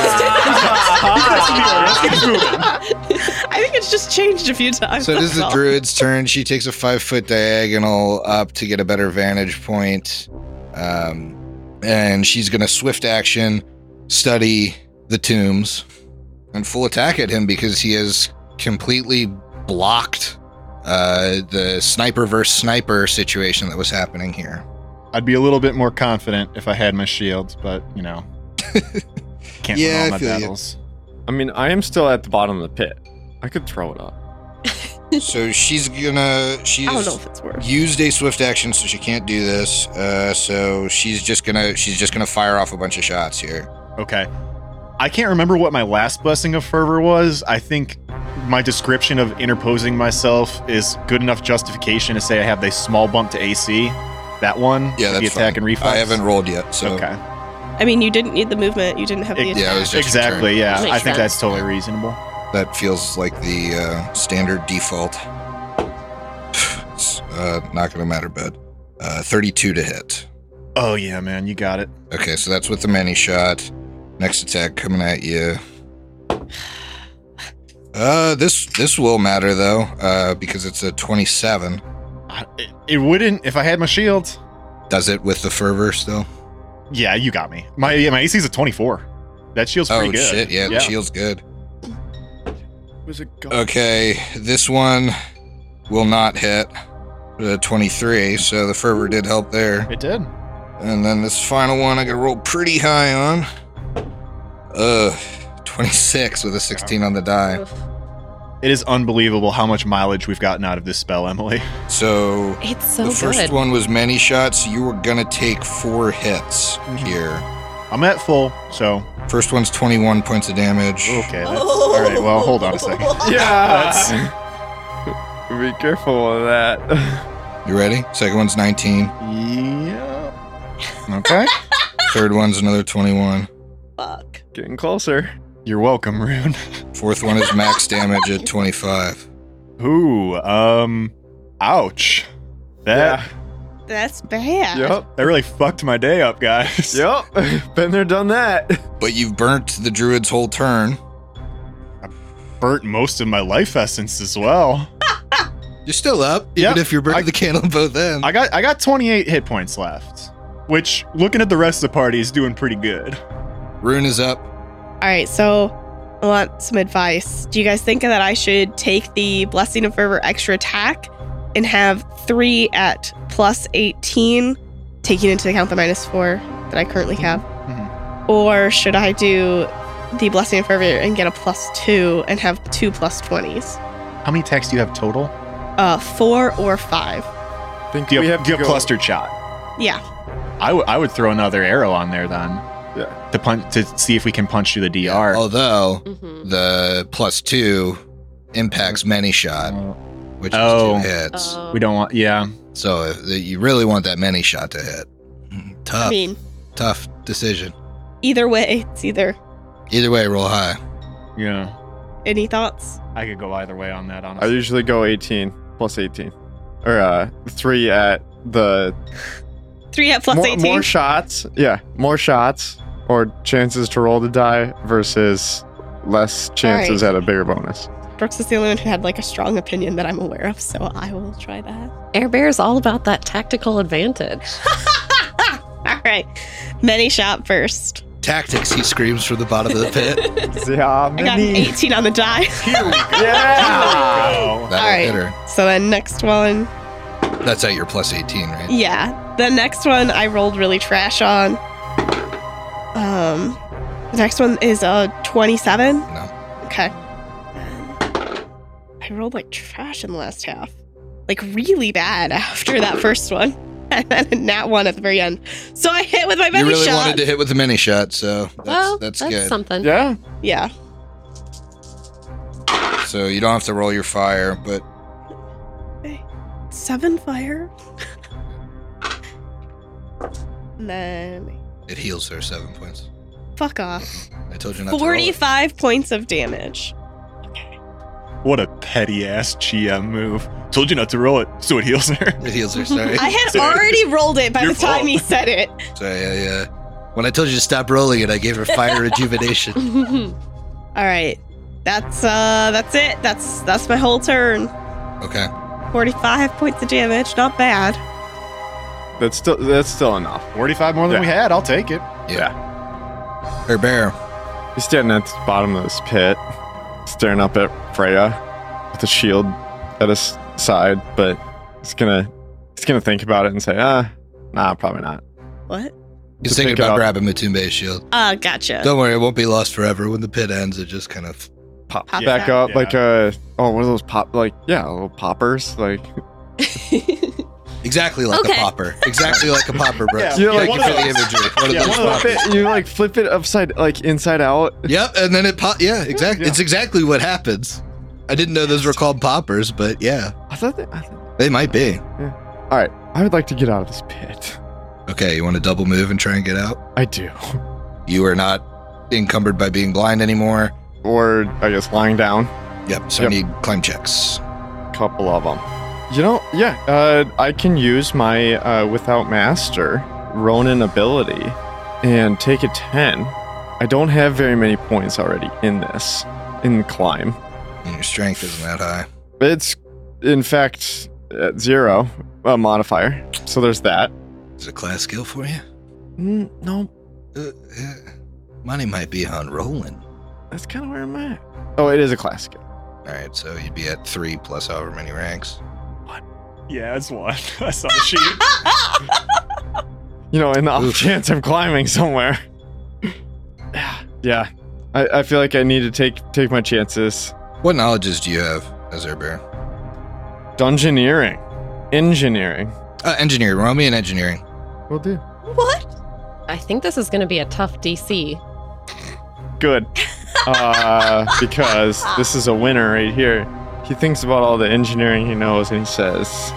sure. Let's keep moving. I think it's just changed a few times. So this is that's the all. druid's turn. She takes a five foot diagonal up to get a better vantage point, um, and she's going to swift action study the tombs and full attack at him because he has completely blocked uh, the sniper versus sniper situation that was happening here. I'd be a little bit more confident if I had my shields, but you know, can't Yeah, win I all my feel you. battles. I mean, I am still at the bottom of the pit. I could throw it up. so she's gonna she's I don't know if it's worth. used a swift action so she can't do this uh, so she's just gonna she's just gonna fire off a bunch of shots here Okay, I can't remember what my last blessing of fervor was. I think my description of interposing myself is good enough justification to say I have a small bump to AC. That one, yeah with that's the attack fine. and reflex. i haven't rolled yet so Okay, I mean, you didn't need the movement. You didn't have the. Ex- yeah it was just your exactly. Yeah, Makes I think sense. that's totally reasonable. turn. that feels like the uh, standard default it's uh, not gonna matter bud uh, 32 to hit Oh yeah, man, you got it. okay so that's with the many shot next attack coming at you uh this this will matter though uh because it's a 27 I, it, it wouldn't if I had my shields. does it with the fervor still Yeah, you got me. My yeah, my AC is a twenty-four. That shield's pretty oh good. shit yeah, the shield's good It was a gun. Okay, this one will not hit the 23, so the fervor did help there. It did. And then this final one I gotta roll pretty high on. Ugh, 26 with a 16 on the die. It is unbelievable how much mileage we've gotten out of this spell, Emily. So It's so the first good. one was many shots. You were gonna take four hits Mm-hmm. here. I'm at full, so First one's 21 points of damage. okay. Oh. That's, all right, well, hold on a second. That's- Yeah. Be careful of that. You ready? Second one's 19. yeah. Okay. Third one's another 21. Fuck. Getting closer. You're welcome, Rune. Fourth one is max damage at 25. Ooh, um, ouch. That Yeah. That's bad. Yep. that really fucked my day up, guys. Yep. Been there, done that. But you've burnt the druid's whole turn. Burnt most of my life essence as well. You're still up, even Yep. if you're burning I- the candle in both ends. I got I got 28 hit points left, which looking at the rest of the party is doing pretty good. Rune is up. All right, so I want some advice. Do you guys think that I should take the Blessing of Fervor extra attack and have three at plus 18, taking into account the minus four that I currently Mm-hmm. have? Or should I do the Blessing of Fervor and get a plus two and have two plus 20s? How many attacks do you have total? Uh, four or five? Think Do you we have, have do you to have go- clustered shot? Yeah. I would I would throw another arrow on there then. Yeah. To punch to see if we can punch through the DR. Although Mm-hmm. the plus two impacts many shot, which Oh. is two hits. we don't want. Yeah. So if you really want that many shot to hit. Tough, I Uh. mean, tough decision. either way, it's either. Either way, roll high. Yeah. Any thoughts? I could go either way on that. I Honestly. usually go 18 plus 18, or uh, three at the Three at plus more, 18? more shots. Yeah, more shots or chances to roll the die versus less chances at a bigger bonus. Brooks is the only one who had like a strong opinion that I'm aware of, so I will try that. Air Bear is all about that tactical advantage. All right, many shot first. Tactics, he screams from the bottom of the pit. Yeah, I got an 18 on the die. yeah. That'll Oh. right. hit her. So then next one, That's at your plus 18, right? yeah, the next one I rolled really trash on. Um, the next one is a 27. No. Okay. I rolled like trash in the last half, like really bad after that first one, and then a nat one at the very end. So I hit with my many you really shot. wanted to hit with the mini shot, so that's, well, that's, that's, good. something. Yeah. yeah. so you don't have to roll your fire, but seven fire. and then it heals her seven points. fuck off. I told you not to. 45 points of damage. What a petty ass GM move. Told you not to roll it, so it heals her. Roll it. It heals her, sorry. I had Sorry. already rolled it by Your the time fault. he said it. sorry, I, uh, when I told you to stop rolling it, I gave her fire rejuvenation. All right. That's uh that's it. That's that's my whole turn. Okay. 45 points of damage. Not bad. That's still that's still enough. 45 more than Yeah. we had. I'll take it. Yeah. Her bear. He's standing at the bottom of this pit, staring up at Freya with a shield at his side, but he's gonna he's gonna think about it and say, ah, nah, probably not. What? He's Just thinking pick about up. grabbing Matumbe's shield. Uh gotcha. Don't worry, it won't be lost forever. When the pit ends, it just kind of. Pop, Pop back that. up Yeah. like a oh one of those pop like yeah little poppers like Exactly like a Okay. popper. Exactly like a popper, bro. Yeah, You're Thank like- you for one the of those. imagery. One Yeah, of those one of poppers. those. flip it, you like flip it upside like inside out. Yep, and then it pop. Yeah, exactly. It's exactly what happens. I didn't know those were called poppers, but yeah, I thought that. I thought, they might be. all right, I would like to get out of this pit. Okay, you want to double move and try and get out? I do, You are not encumbered by being blind anymore. or I guess lying down. Yep, so Yep. I need climb checks. Couple of them. You know, yeah. Uh, I can use my uh, without master Ronin ability and take a ten. I don't have very many points already in this in the climb. And your strength isn't that high. It's in fact at zero a modifier. So there's that. Is it a class skill for you? Mm, no, Uh, yeah. Money might be on rolling. that's kind of where I'm at. Oh, it is a classic. All right, so you'd be at three plus however many ranks. Yeah, that's one. I saw the sheet. you know, in the off Oof. chance I'm climbing somewhere. yeah, I, I feel like I need to take take my chances. What knowledges do you have as air bear? Dungeoneering. Engineering. Uh, engineering. Roll me in engineering. Will do. What? I think this is going to be a tough DC. Good. Uh, because this is a winner right here. He thinks about all the engineering he knows and he says,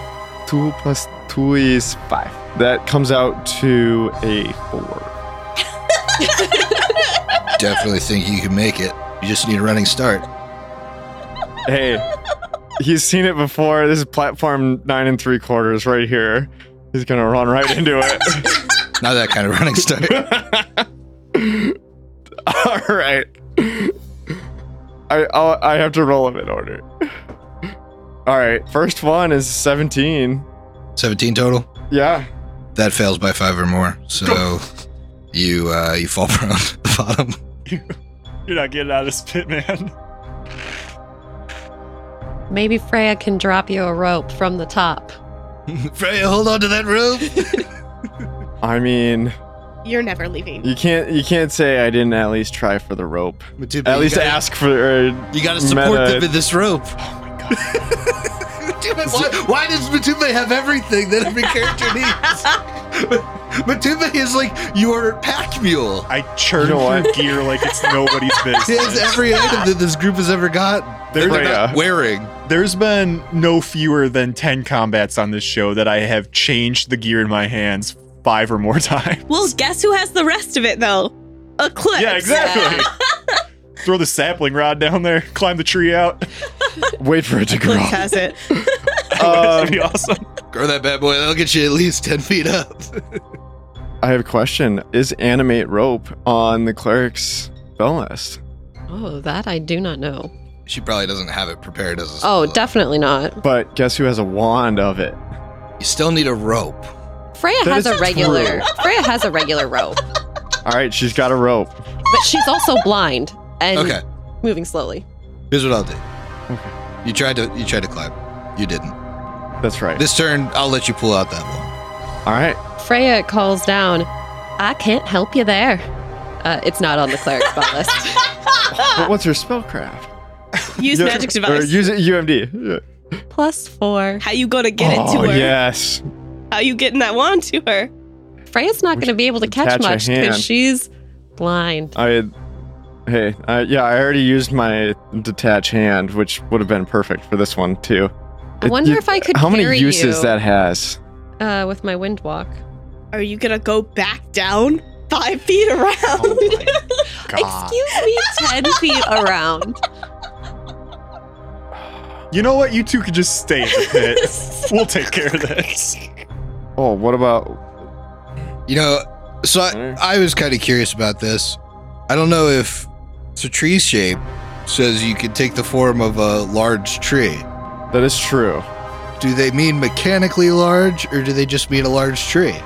2 plus 2 is 5. That comes out to a 4. Definitely think you can make it. You just need a running start. Hey, he's seen it before. This is platform 9 and 3 quarters right here. He's going to run right into it. Not that kind of running start. All right. I I'll, I have to roll them in order. All right. First one is 17. 17 total. Yeah. That fails by five or more. So you uh, you fall prone to the bottom. You're not getting out of this pit, man. Maybe Freya can drop you a rope from the top. Freya, hold on to that rope. I mean, You're never leaving. you can't you can't say I didn't at least try for the rope. Matupi, At you least gotta- ask for. Uh, You gotta support Meta- them in this rope. Oh my god. why, why does Matube have everything that every character needs? Matube is like your pack mule. I churn You know through gear like it's nobody's He has business. every item that this group has ever gotten. There- They're not Freya. wearing. There's been no fewer than 10 combats on this show that I have changed the gear in my hands five or more times. Well, guess who has the rest of it though? Eclipse. Yeah, exactly. Throw the sapling rod down there, climb the tree out. wait for it to grow. Eclipse has it. Um, That'd be awesome. Grow that bad boy. That'll get you at least 10 feet up. I have a question. Is animate rope on the cleric's spell list? Oh, that I do not know. She probably doesn't have it prepared as a spell. Oh, definitely not. But guess who has a wand of it? You still need a rope. Freya That has is a regular. true. Freya has a regular rope, All right, she's got a rope. but she's also blind and Okay. moving slowly. Here's what I'll do. You tried to you tried to climb. You didn't. That's right. This turn, I'll let you pull out that one. All right. Freya calls down, "I can't help you there." Uh, it's not on the cleric's spell list. Ah. But what's her spellcraft? Use Yeah, magic Or device. use it UMD. Yeah. Plus four. How you gonna get it Oh, to her? Yes. How you getting that wand to her? Freya's not going to be able to catch Attach a much hand. because she's blind. I. Hey, I, yeah, I already used my detach hand, which would have been perfect for this one too. I It- wonder you- if I could How many carry uses you. that has? Uh, with my wind walk. Are you gonna go back down five feet around? Oh Excuse me, ten feet around. You know what? You two could just stay in the pit. we'll take care of this. Oh, what about? You know, so I, I was kind of curious about this. I don't know if so tree shape says you can take the form of a large tree. That is true. Do they mean mechanically large or do they just mean a large tree?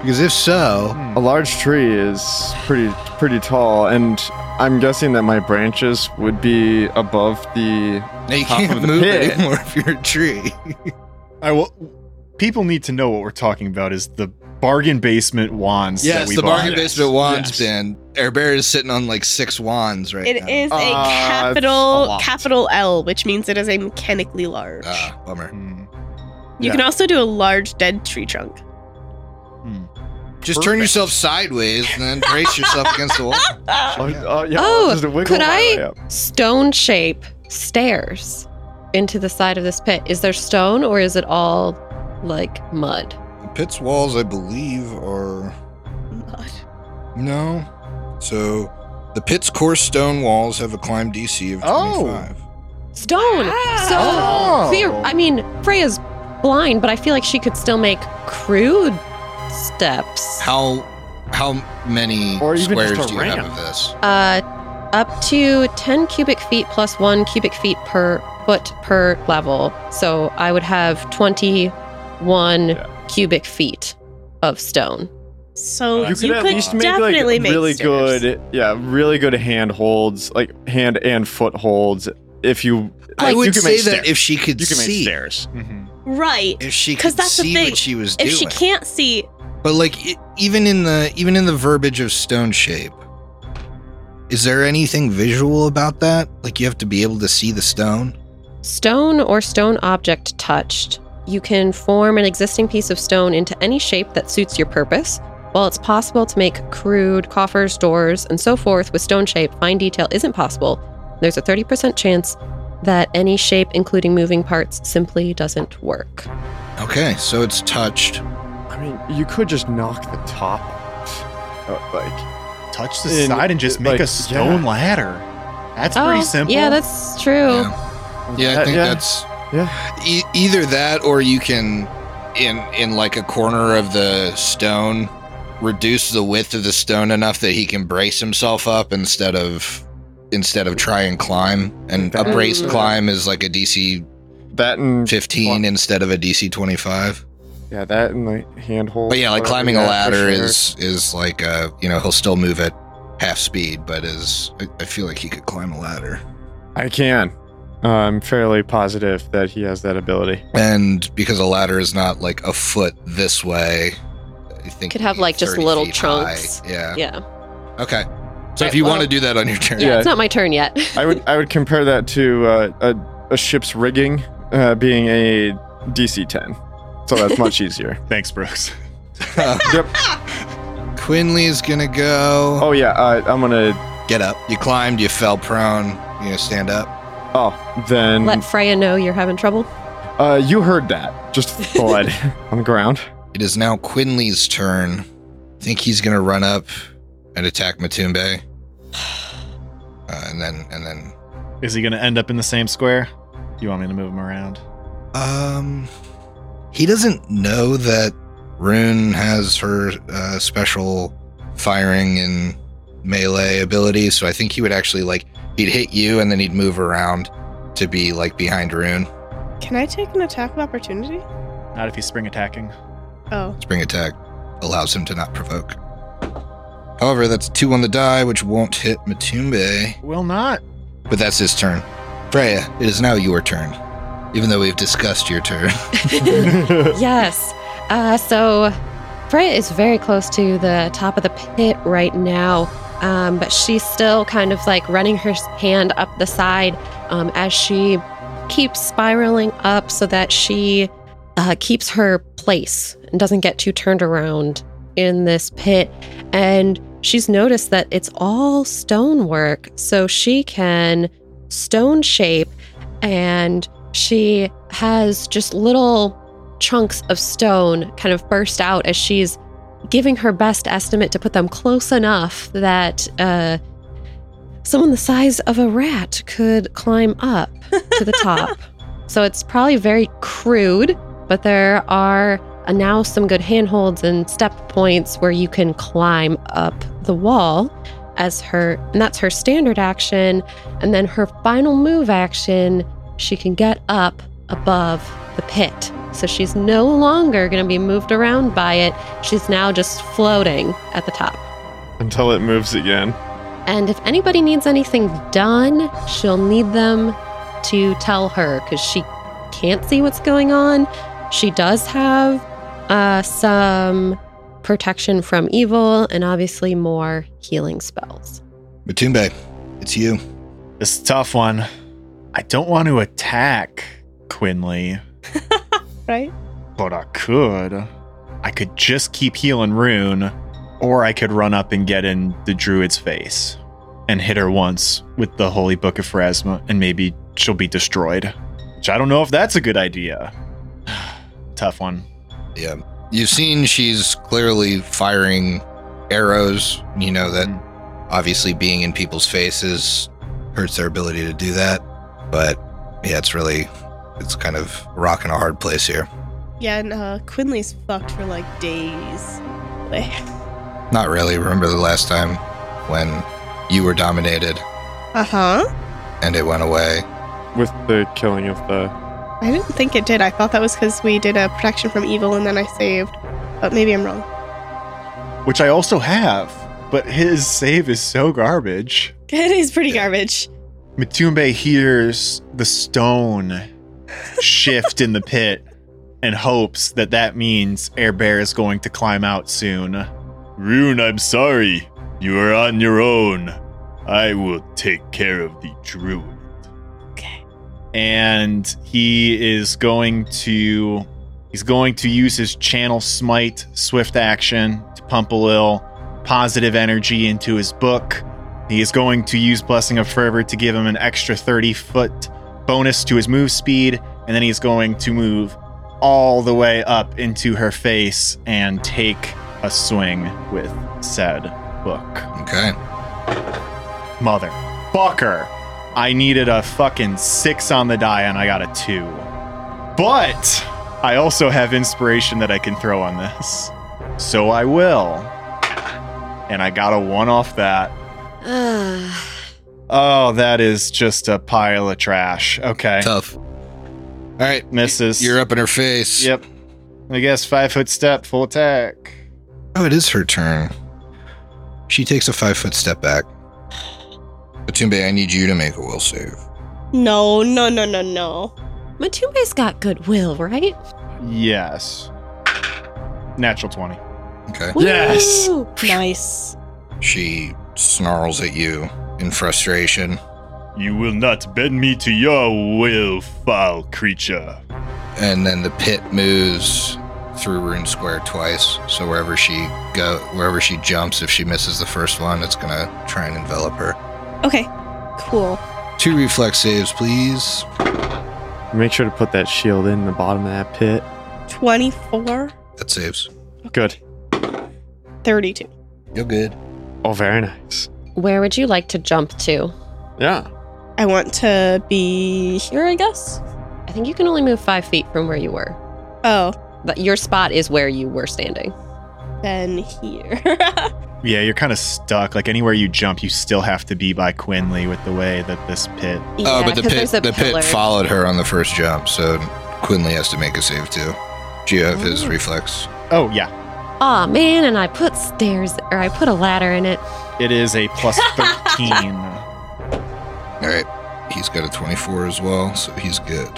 Because if so, A large tree is pretty pretty tall, and I'm guessing that my branches would be above the. now you Top can't of the move pit. anymore if you're a tree. I will. People need to know what we're talking about is the bargain basement wands. that yes, we the bought. bargain basement wands Yes. bin. Air Bear is sitting on like six wands right now. It is a Uh, it's a capital lot. Uh, capital L, which means it is a mechanically large. Ah, bummer. Mm. you can also do a large dead tree trunk. Just turn yourself sideways and then brace yourself against the wall. Oh, oh, yeah, Oh, just wiggle could my I- way up. Stone shape stairs into the side of this pit. Is there stone or is it all like mud? The pit's walls, I believe, are No. So the pit's coarse stone walls have a climb DC of Oh. 25. Stone. So Wow. Freya- I mean, Freya's blind, but I feel like she could still make crude steps. How how many Or even just squares a do you have ramp. of this? uh, up to 10 cubic feet plus one cubic feet per foot per level. So I would have 21 Yeah. cubic feet of stone. So you could at least make like definitely make really stairs. good, yeah, really good handholds, like hand and foot holds. If you, I like, would you can say make that stairs. if she could you can make see, stairs. Mhm. Right. if she 'Cause could that's the see thing. what she was doing. If she can't see, But like e- even in the even in the verbiage of stone shape, Is there anything visual about that? Like you have to be able to see the stone? Stone or stone object touched, you can form an existing piece of stone into any shape that suits your purpose. While it's possible to make crude coffers, doors, and so forth with stone shape, fine detail isn't possible. There's a 30% chance that any shape, including moving parts, simply doesn't work. Okay, so it's touched. I mean, you could just knock the top off. Uh, like, Touch the In- side and just make like, a stone yeah. ladder. That's pretty simple. Oh, Yeah, that's true. Yeah, yeah I that- think Uh, yeah, that's yeah. e- either that or you can in in like a corner of the stone reduce the width of the stone enough that he can brace himself up instead of instead of try and climb and a That- braced climb is like a dc That and 15 instead of a dc 25 yeah, that and like handhold. but yeah like whatever, climbing yeah, a for ladder sure. is is like uh you know he'll still move at half speed but is I- i feel like he could climb a ladder I can. Uh, I'm fairly positive that he has that ability. and because a ladder is not like a foot this way i think Could have, it'd be like, just 30 little feet chunks. high. yeah Yeah. Okay. So Right, if you well- want to do that on your turn, Yeah, Yeah. it's not my turn yet. I would I would compare that to uh, a a ship's rigging uh, being a DC 10. So that's much easier. Thanks, Brooks. Yep. Quinley's gonna go. Oh yeah. Uh, I'm gonna. Get up. You climbed. You fell prone. You gonna stand up. Oh, then Let Freya know you're having trouble. uh, you heard that. Just blood on the ground. It is now Quinley's turn. I think he's gonna run up and attack Matumbe, uh, and then and then. Is he going to end up in the same square? You want me to move him around? Um, he doesn't know that Rune has her uh, special firing and melee ability, so I think he would actually like he'd hit you and then he'd move around to be like behind Rune. Can I take an attack of opportunity? Not if he's spring attacking. Oh, Spring attack allows him to not provoke. However, that's a two on the die, which won't hit Matumbe, Will not. but that's his turn. Freya, it is now your turn, even though we've discussed your turn. yes. Uh, so Freya is very close to the top of the pit right now, um, but she's still kind of like running her s- hand up the side um, as she keeps spiraling up so that she uh, keeps her place and doesn't get too turned around in this pit. And she's noticed that it's all stonework, so she can stone shape and she has just little chunks of stone kind of burst out as she's giving her best estimate to put them close enough that uh, someone the size of a rat could climb up to the top. So it's probably very crude, but there are uh, now some good handholds and step points where you can climb up the wall as her and that's her standard action and then her final move action she can get up above the pit. So she's no longer going to be moved around by it. She's now just floating at the top. Until it moves again. And if anybody needs anything done, she'll need them to tell her because she can't see what's going on. She does have uh, some protection from evil and obviously more healing spells. Matumbe, it's you. This is a tough one. I don't want to attack Quinley, right? but I could. I could just keep healing Rune, or I could run up and get in the druid's face and hit her once with the Holy Book of Phrasma, and maybe she'll be destroyed. Which I don't know if that's a good idea. tough one. Yeah. You've seen she's clearly firing arrows. You know that Mm. obviously being in people's faces hurts their ability to do that. But yeah, it's really, it's kind of a rock in a hard place here. Yeah, and uh, Quinley's fucked for like days. Not really. Remember the last time when you were dominated Uh huh. and it went away? With the killing of the. I didn't think it did. I thought that was because we did a protection from evil and then I saved. But maybe I'm wrong. Which I also have, but his save is so garbage. It is pretty garbage. Matumbe hears the stone shift in the pit and hopes that that means Air Bear is going to climb out soon. Rune, I'm sorry. You are on your own. I will take care of the druid. Okay. And he is going to he's going to use his channel smite swift action to pump a little positive energy into his book. He is going to use blessing of fervor to give him an extra 30 foot bonus to his move speed and then he's going to move all the way up into her face and take a swing with said book. Okay. Mother. Fucker. I needed a fucking six on the die and I got a two. But I also have inspiration that I can throw on this. So I will. And I got a one off that. Oh, that is just a pile of trash. Okay. Tough. All right. Misses. You're up in her face. Yep. I guess five foot step, full attack. Oh, it is her turn. She takes a five foot step back. Atumbe, I need you to make a will save. No, no, no, no, no. Matumbe's got goodwill, right? Yes. Natural 20. Okay. Yes. Woo! Nice. She snarls at you in frustration. You will not bend me to your will, foul creature. and then the pit moves through rune square twice so wherever she go wherever she jumps if she misses the first one it's gonna try and envelop her Okay. Cool. two reflex saves please Make sure to put that shield in the bottom of that pit. 24, that saves Good. 32. you're good Oh, very nice. Where would you like to jump to? Yeah. I want to be here, I guess. I think you can only move five feet from where you were. Oh, But your spot is where you were standing. then here. Yeah, you're kind of stuck. Like anywhere you jump, you still have to be by Quinley with the way that this pit. oh but the 'cause pit there's a the pillar. pit followed her on the first jump so quinley has to make a save too do you have his Oh. reflex Oh, yeah. Aw, man, and I put stairs or I put a ladder in it. It is a plus 13. all right he's got a 24 as well so he's good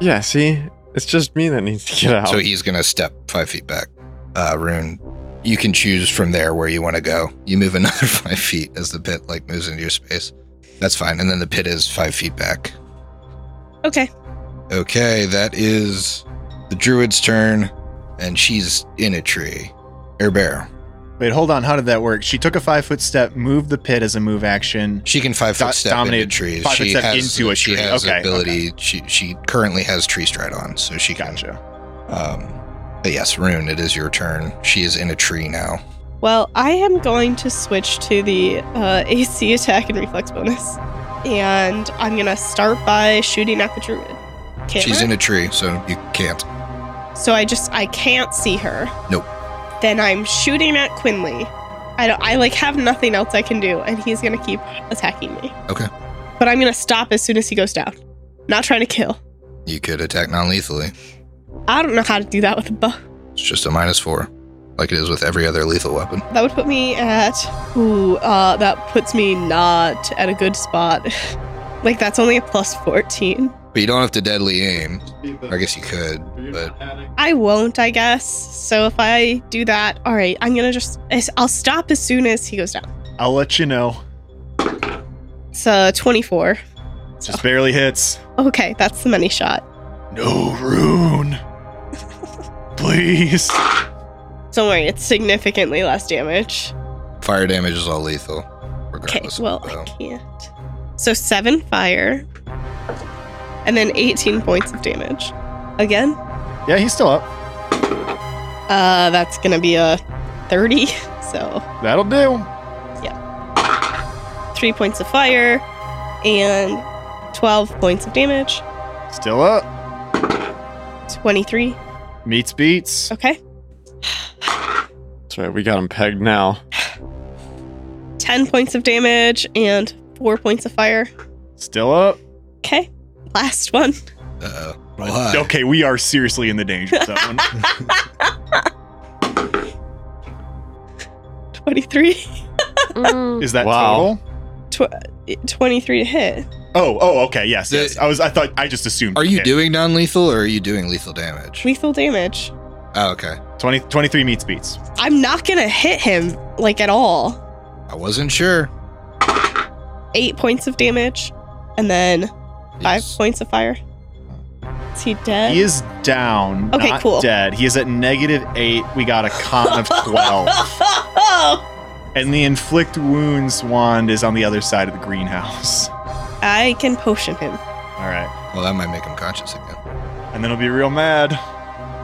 Yeah, see? It's just me that needs to get out. so he's gonna step five feet back uh rune you can choose from there where you want to go you move another five feet as the pit like moves into your space that's fine and then the pit is five feet back okay. okay that is the druid's turn and she's in a tree air bear Wait, hold on. How did that work? She took a five foot step, moved the pit as a move action. she can five Do- foot step into dominated trees five foot she step has into a she tree. has the Okay, okay. ability she she currently has tree stride on so she can Gotcha. um but yes rune it is your turn she is in a tree now Well, I am going to switch to the uh, AC attack and reflex bonus. And I'm going to start by shooting at the druid. Can't she's I? in a tree so you can't So I just I can't see her. Nope. Then I'm shooting at Quinley. I don't, I like have nothing else I can do, and he's gonna keep attacking me. Okay. But I'm gonna stop as soon as he goes down. Not trying to kill. you could attack non-lethally I don't know how to do that with a bow. It's just a minus four, like it is with every other lethal weapon. That would put me at ooh, uh, that puts me not at a good spot. like that's only a plus fourteen. But you don't have to deadly aim. I guess you could, but I won't, I guess. So if I do that, all right, I'm gonna just I'll stop as soon as he goes down. I'll let you know. It's uh, twenty-four. Just barely hits. Okay, that's the many shot. No, Rune. Please. Don't worry, it's significantly less damage. fire damage is all lethal. Okay, Regardless well, so. I can't. So seven fire, and then 18 points of damage. Again, Yeah, he's still up. uh, that's gonna be a 30, so That'll do. three points of fire and 12 points of damage. Still up. 23. Meets beats. Okay, That's right, we got him pegged now. 10 points of damage and four points of fire. Still up. Okay, last one. Uh-oh. uh, Roll high. Okay, we are seriously in the danger zone. 23. Mm, Is that Wow. total? Tw- 23 to hit. Oh, oh, okay, yes, The- yes. I was, I thought, I just assumed. Are you okay. doing non-lethal or are you doing lethal damage? Lethal damage. oh, okay. 20, 23 meets beats? I'm not gonna hit him like at all. I wasn't sure. eight points of damage, and then five Yes. points of fire. Is he dead? He is down. Okay, not cool. Dead. He is at negative eight. We got a con of twelve, and the inflict wounds wand is on the other side of the greenhouse. I can potion him. All right, Well, that might make him conscious again. and then he'll be real mad.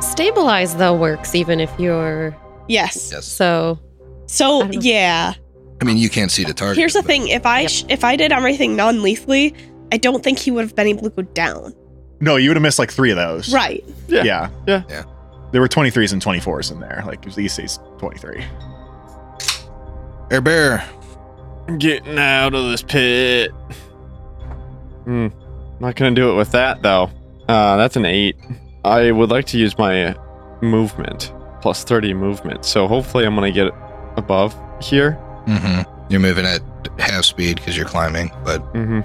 Stabilize though works even if you're Yes. Yes. so. So I don't know. yeah. I mean, you can't see the target. Here's the but- thing: if I Yep. sh- if I did everything non-lethally, I don't think he would have been able to go down. No, you would have missed like three of those. Right. Yeah. Yeah. Yeah. Yeah. There were 23s and 24s in there. Like, these days, 23. Air Bear, Getting out of this pit. Hmm. Not gonna do it with that though. Uh, that's an eight. I would like to use my movement plus thirty movement. So hopefully I'm gonna get above here. Mm-hmm. You're moving at half speed because you're climbing, but hmm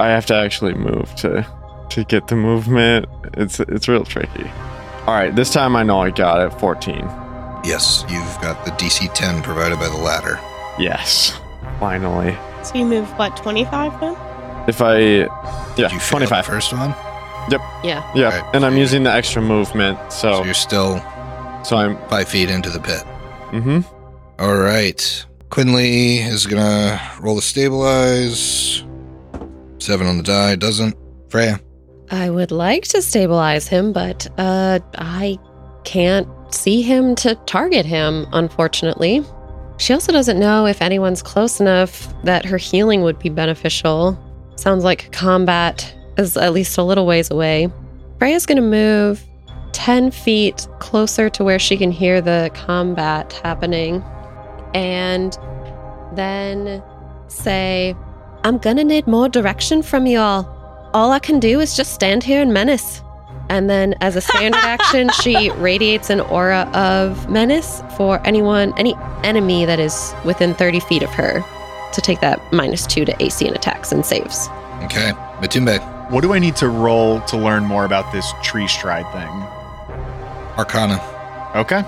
I have to actually move to to get the movement. It's it's real tricky. All right, this time I know I got it. Fourteen. yes, you've got the DC 10 provided by the ladder. Yes, finally. So you move what twenty-five then? If I yeah Did you fail the twenty five. first one, Yeah, Alright. and I'm using the extra movement, so so you're still so I'm. five feet into the pit. hmm All right, Quinley is gonna roll to stabilize. Seven on the die doesn't. Freya, I would like to stabilize him, but uh, I can't see him to target him, unfortunately. She also doesn't know if anyone's close enough that her healing would be beneficial. Sounds like combat is at least a little ways away. Freya's going to move 10 feet closer to where she can hear the combat happening and then say, I'm going to need more direction from you all. All I can do is just stand here and menace. And then, as a standard action, she radiates an aura of menace for anyone, any enemy that is within 30 feet of her to take that minus two to AC and attacks and saves. okay, Matumbe, What do I need to roll to learn more about this tree stride thing? Arcana. Okay.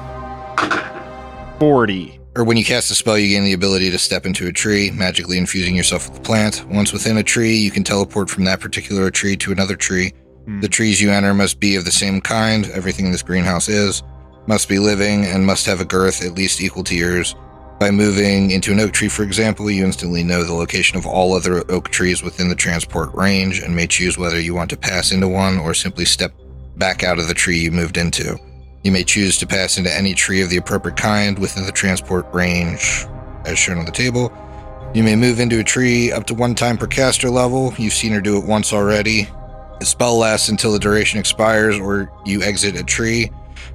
40. Or when you cast a spell, you gain the ability to step into a tree, magically infusing yourself with the plant. Once within a tree, you can teleport from that particular tree to another tree. Hmm. The trees you enter must be of the same kind, everything this greenhouse is, must be living, and must have a girth at least equal to yours. By moving into an oak tree, for example, you instantly know the location of all other oak trees within the transport range and may choose whether you want to pass into one or simply step back out of the tree you moved into. You may choose to pass into any tree of the appropriate kind within the transport range, as shown on the table. You may move into a tree up to one time per caster level. You've seen her do it once already. The spell lasts until the duration expires or you exit a tree.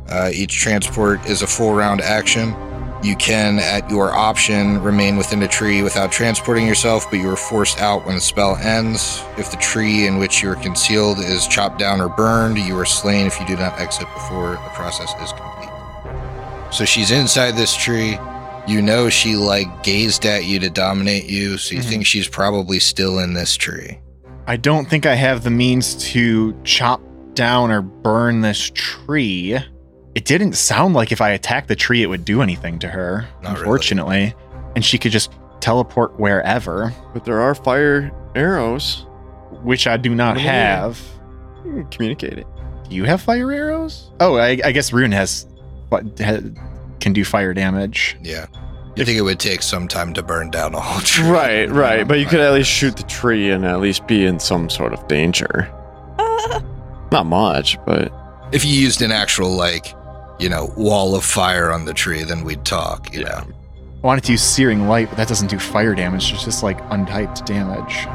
Uh, each transport is a full round action. You can, at your option, remain within a tree without transporting yourself, but you are forced out when the spell ends. If the tree in which you are concealed is chopped down or burned, you are slain if you do not exit before the process is complete. So she's inside this tree. You know she like gazed at you to dominate you, so you Mhm. think she's probably still in this tree. I don't think I have the means to chop down or burn this tree. It didn't sound like if I attacked the tree, it would do anything to her, Not really. unfortunately. And she could just teleport wherever, But there are fire arrows. which I do not Yeah. have. You can communicate it. Do you have fire arrows? Oh, I, I guess Rune has, but ha- can do fire damage. Yeah. You think it would take some time to burn down a whole tree? Right, right. But you could Right. at least shoot the tree and at least be in some sort of danger. Uh, Not much, but If you used an actual like, you know, wall of fire on the tree, then we'd talk. You Yeah. know. I wanted to use searing light, but that doesn't do fire damage. It's just like untyped damage.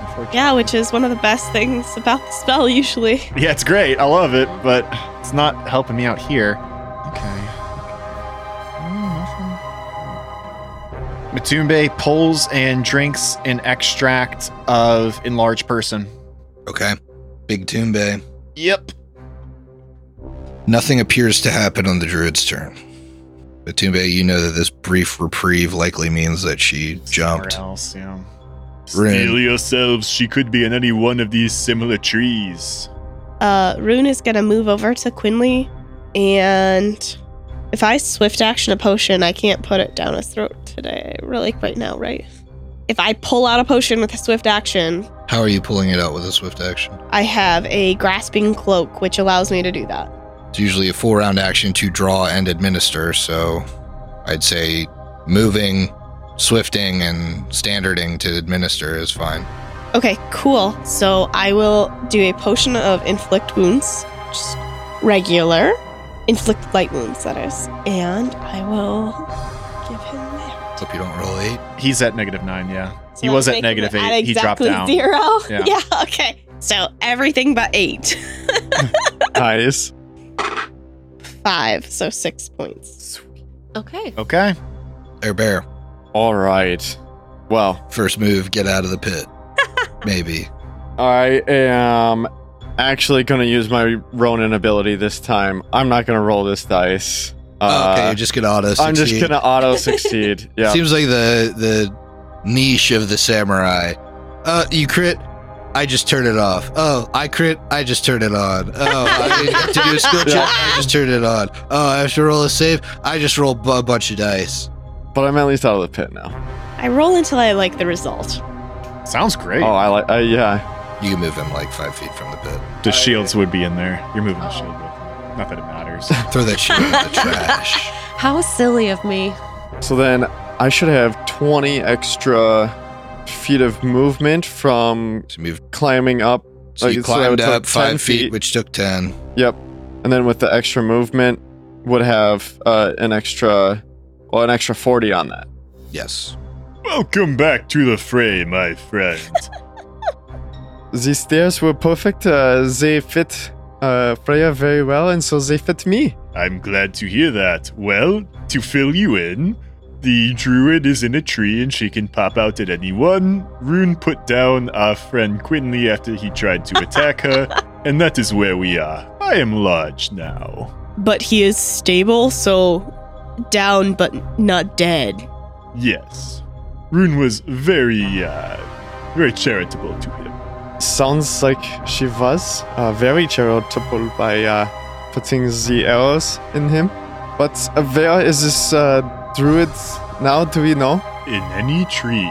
Unfortunately. yeah, which is one of the best things about the spell usually. Yeah, it's great. I love it, but it's not helping me out here. Okay. Mm, nothing. Matumbe pulls and drinks an extract of enlarged person. Okay. Big Toombe. Yep. Nothing appears to happen on the druid's turn. But Toombe, you know that this brief reprieve likely means that she jumped. Somewhere else, yeah. Rin. yourselves. She could be in any one of these similar trees. Uh, Rune is gonna move over to Quinley, and if I swift action a potion, I can't put it down his throat today, really, right now, right? If I pull out a potion with a swift action, How are you pulling it out with a swift action? I have a grasping cloak, which allows me to do that. It's usually a full round action to draw and administer, so I'd say moving, swifting, and standarding to administer is fine. Okay, cool. So I will do a potion of inflict wounds, just regular, inflict light wounds, that is. And I will give him that. Hope you don't roll eight. He's at negative nine, yeah. So He was that's at making negative it eight. He dropped exactly down. Zero. Yeah. Yeah. okay. So everything but eight. Nice. Five, so six points. Okay. Okay. Air bear, All right. Well, first move, get out of the pit. Maybe. Uh, I am actually going to use my Ronin ability this time. I'm not going to roll this dice. Oh, okay, Uh, you're just gonna auto I'm just going to auto succeed. Yeah. Seems like the the niche of the samurai. Uh, you crit. I just turn it off. Oh, I crit. I just turn it on. Oh, I have to do a skill check. I just turn it on. Oh, I have to roll a save. I just roll bu- a bunch of dice. But I'm at least out of the pit now. I roll until I like the result. Sounds great. Oh, I like. Uh, yeah. You can move him like five feet from the pit. the shields would be in there. You're moving the shield. with him. Not that it matters. Throw that shit in the trash. How silly of me. So then I should have 20 extra feet of movement from So, move, climbing up. so you Like, so that climbed would took up 10 five feet. feet, which took ten. Yep. And then with the extra movement, would have uh, an extra, well, an extra 40 on that. Yes. Welcome back to the fray, my friend. The stairs were perfect. Uh, they fit uh, Freya very well, and so they fit me. I'm glad to hear that. Well, to fill you in, the druid is in a tree and she can pop out at anyone. Rune put down our friend Quinley after he tried to attack her, and that is where we are. I am lodged now. But he is stable, so down but not dead. Yes. Rune was very, uh, very charitable to him. Sounds like she was uh, very charitable by uh, putting the arrows in him. But uh, where is this uh, druid now? Do we know? In any tree.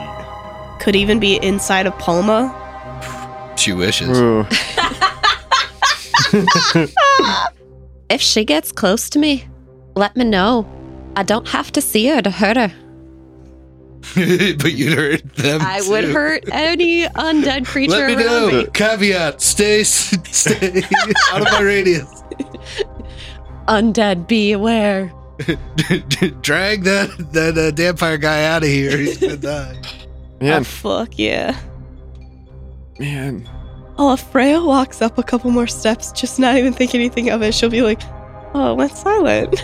Could even be inside of Palma, She wishes. Ooh. If she gets close to me, let me know. I don't have to see her to hurt her. but you'd hurt them. I would too. hurt any undead creature Let me around know. me. Caveat: Stay, stay out of my radius. Undead, be aware. Drag that that uh, vampire guy out of here. He's gonna die. Oh, Man, fuck yeah. man. Oh, if Freya walks up a couple more steps, just not even think anything of it, she'll be like, oh, it went silent.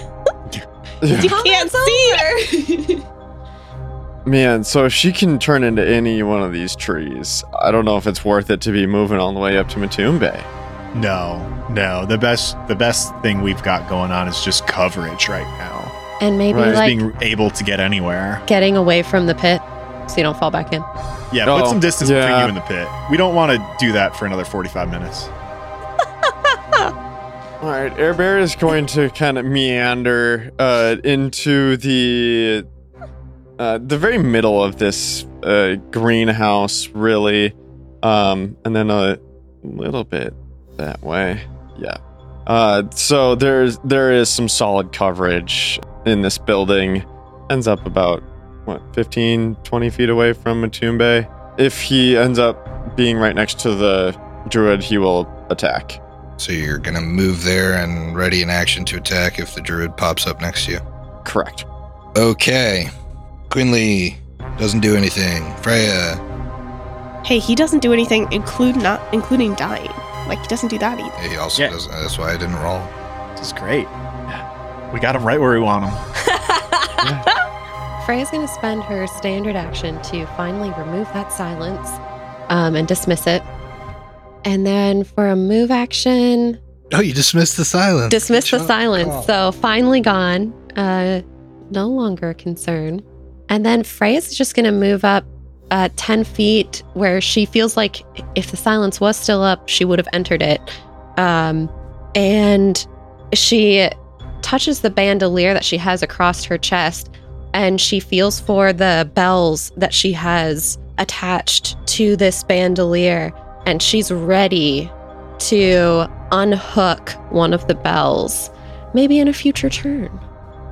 You can't see her. Man, so if she can turn into any one of these trees, I don't know if it's worth it to be moving all the way up to Matumbe. No, no. The best, the best thing we've got going on is just coverage right now. And maybe Right. Just like Being able to get anywhere. getting away from the pit so you don't fall back in. Yeah, Oh, put some distance between yeah. you and the pit. We don't want to do that for another 45 minutes. All right, Air Bear is going to kind of meander uh, into the uh, the very middle of this uh, greenhouse, really, um, and then a little bit that way. Yeah. Uh, so there's there is some solid coverage in this building. Ends up about what 15, 20 feet away from Matumbe. If he ends up being right next to the druid, he will attack. So you're gonna move there and ready in action to attack if the druid pops up next to you. Correct. Okay. Quinley doesn't do anything. Freya, hey, he doesn't do anything, include not including dying. Like he doesn't do that either. he also Yeah. doesn't. That's why I didn't roll. This is great. We got him right where we want him. Freya's going to spend her standard action to finally remove that silence um, and dismiss it. And then for a move action, Oh, you dismissed the silence. dismiss Good the job. silence. Cool. So finally gone, uh, no longer a concern. And then Freya's just going to move up uh, 10 feet where she feels like if the silence was still up, she would have entered it. Um, and she touches the bandolier that she has across her chest and she feels for the bells that she has attached to this bandolier and she's ready to unhook one of the bells, maybe in a future turn.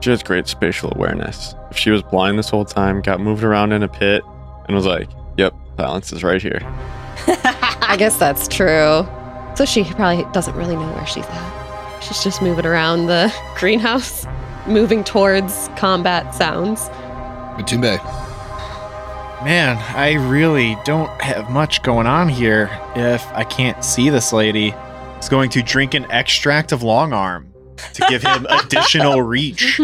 She has great spatial awareness. If she was blind this whole time, got moved around in a pit, and was like, yep, silence is right here. I guess that's true. So she probably doesn't really know where she's at. She's just moving around the greenhouse, moving towards combat sounds. Matumbe. Man, I really don't have much going on here if I can't see this lady. Is going to drink an extract of long arm to give him additional reach.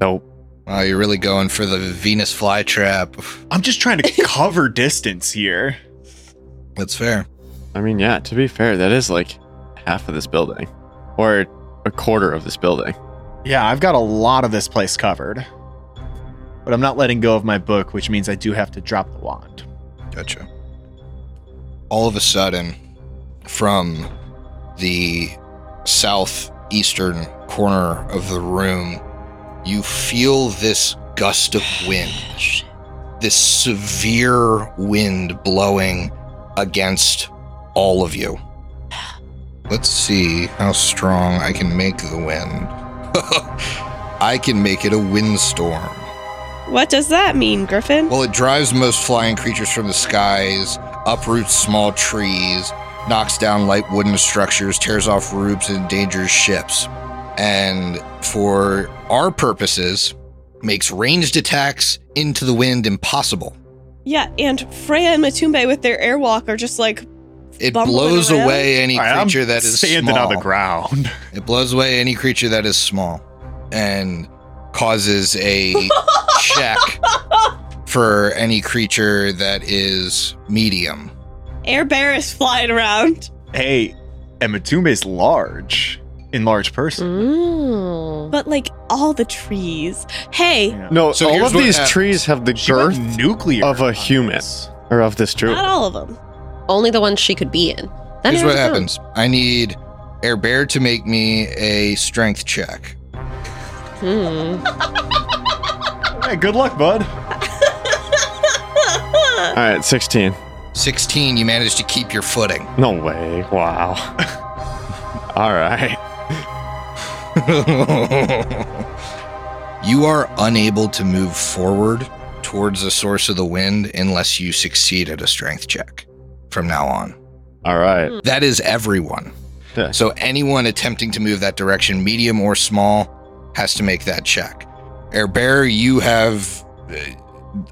Nope. Wow, you're really going for the Venus flytrap. I'm just trying to cover distance here. That's fair. I mean, yeah, to be fair, that is like half of this building, or a quarter of this building. Yeah, I've got a lot of this place covered. But I'm not letting go of my book, which means I do have to drop the wand. Gotcha. All of a sudden, from the southeastern corner of the room, you feel this gust of wind, this severe wind blowing against all of you. Let's see how strong I can make the wind. I can make it a windstorm. What does that mean, Griffin? Well, it drives most flying creatures from the skies, uproots small trees, knocks down light wooden structures, tears off roofs, and endangers ships. And for our purposes, makes ranged attacks into the wind impossible. Yeah, and Freya and Matumbe with their airwalk are just like It Bumbling blows around? away any All right, I'm creature that is standing small. on the ground. It blows away any creature that is small and causes a check for any creature that is medium. air bears flying around. Hey, and Matumbe's large, in large person. Mm. But like all the trees. Hey, Yeah. No, So all here's of what these happens. trees have the She went girth nuclear of a on human. this. or of this troop. not all of them. Only the ones she could be in. That Here's what narrows it down. happens. I need Air Bear to make me a strength check. Hmm. Hey, good luck, bud. All right, 16. 16, you managed to keep your footing. No way. Wow. all right. you are unable to move forward towards the source of the wind unless you succeed at a strength check from now on. All right. That is everyone. Yeah. So anyone attempting to move that direction, medium or small, has to make that check. Air Bear, you have uh,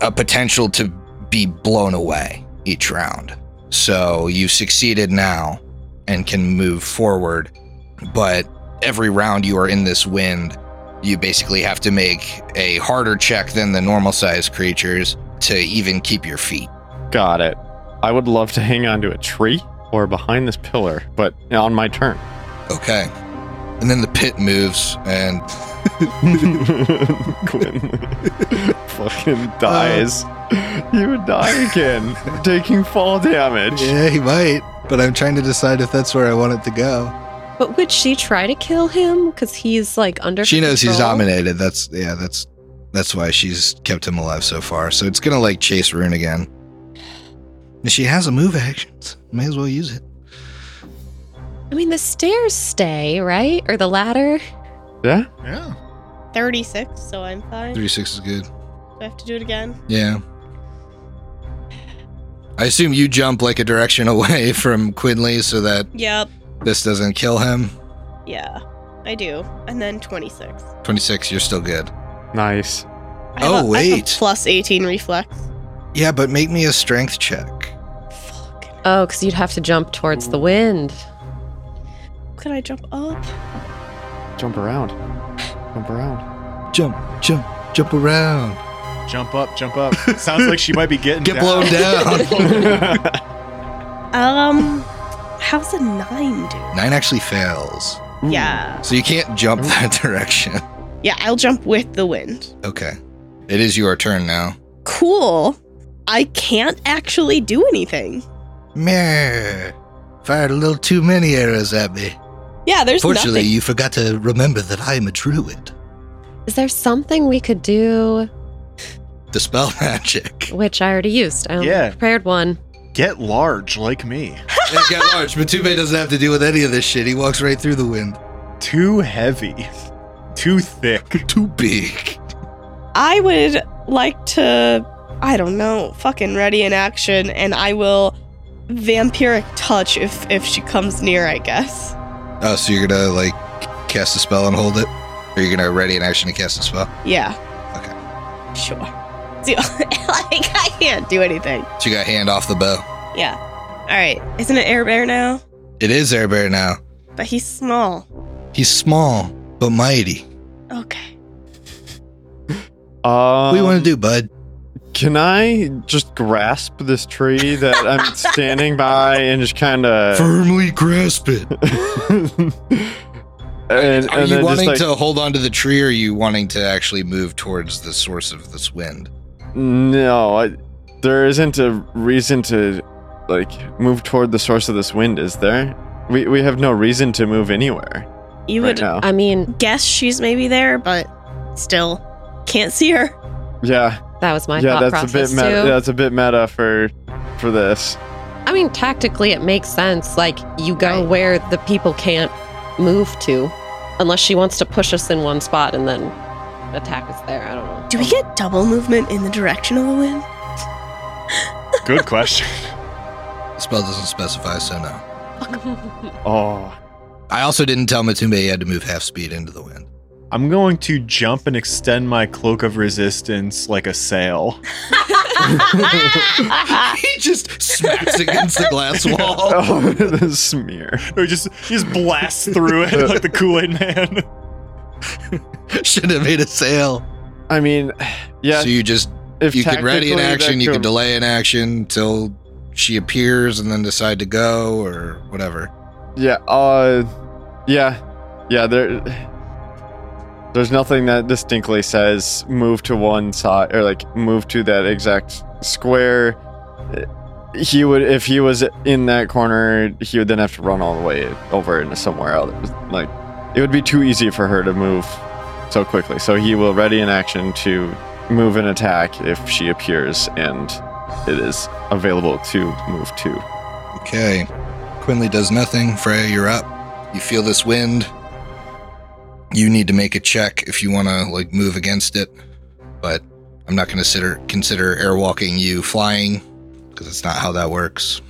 a potential to be blown away each round. So you succeeded now and can move forward. But every round you are in this wind, you basically have to make a harder check than the normal sized creatures to even keep your feet. Got it. I would love to hang onto a tree or behind this pillar, but on my turn. Okay. And then the pit moves and Quinlan fucking dies. Uh. you would die again, taking fall damage. Yeah, he might. But I'm trying to decide if that's where I want it to go. But would she try to kill him? Because he's like under. She knows he's control. dominated. That's yeah. That's that's why she's kept him alive so far. So it's gonna like chase Rune again. And she has a move actions. May as well use it. I mean, the stairs stay right, or the ladder. Yeah? Yeah. 36, so I'm fine. Do Thirty six is good. I have to do it again? Yeah. I assume you jump like a direction away from Quinley so that Yep. this doesn't kill him. Yeah, I do. And then 26. Twenty six, you're still good. Nice. I Oh, have a- I have a wait. plus 18 reflex. Yeah, but make me a strength check. Fuck. Oh, because you'd have to jump towards the wind. Could I jump up? Jump around. Jump around. Jump, jump, jump around. Jump up, jump up. Sounds like she might be getting Get blown down. Um, how's a 9 do? Nine actually fails, Yeah. so you can't jump that direction. Yeah, I'll jump with the wind. Okay, it is your turn now. Cool. I can't actually do anything. Meh. Fired a little too many arrows at me. Yeah, there's Fortunately, nothing. you forgot to remember that I am a druid. Is there something we could do Dispel magic. which I already used. I only Yeah. prepared one. Get large like me. It got large. Matube doesn't have to deal with any of this shit. He walks right through the wind. Too heavy. Too thick. Too big. I would like to, I don't know, fucking ready in action, and I will vampiric touch if if she comes near. I guess. Oh, so you're gonna like cast a spell and hold it? Or you're gonna ready an action to cast a spell? Yeah. Okay. Sure. Do, like I can't do anything. So you got hand off the bow. Yeah. All right. Isn't it Air Bear now? It is Air Bear now. But he's small. He's small but mighty. Okay. Um, What do you Um, want to do, bud? Can I just grasp this tree that I'm standing by and just kind of Firmly grasp it. and, Are and you then wanting just like, to hold on to the tree, or are you wanting to actually move towards the source of this wind? no, I, there isn't a reason to like move toward the source of this wind, is there? We we have no reason to move anywhere You right would now. I mean, guess she's maybe there, but still can't see her. yeah, that was my yeah, thought that's a process bit meta. too. That's a bit meta for for this. I mean, tactically, it makes sense. Like you go Right. where the people can't move to, unless she wants to push us in one spot and then attack us there. I don't know. Do we get double movement in the direction of the wind? Good question. The spell doesn't specify, so no. Oh, I also didn't tell Matumbe he had to move half speed into the wind. I'm going to jump and extend my cloak of resistance like a sail. he just smacks against the glass wall. oh, the smear. Or just just blast through it like the Kool-Aid man. Should have made a sail. I mean, yeah. So you just if you could ready an tactically that action, you could could- delay an action till she appears and then decide to go or whatever. Yeah. Uh. Yeah. Yeah. There. There's nothing that distinctly says move to one side or like move to that exact square. He would if he was in that corner, he would then have to run all the way over into somewhere else. Like it would be too easy for her to move so quickly. So he will ready an action to move and attack if she appears and it is available to move to. Okay. Quinley does nothing. Freya, you're up. You feel this wind. You need to make a check if you want to like move against it, but I'm not going to consider consider airwalking you flying because it's not how that works.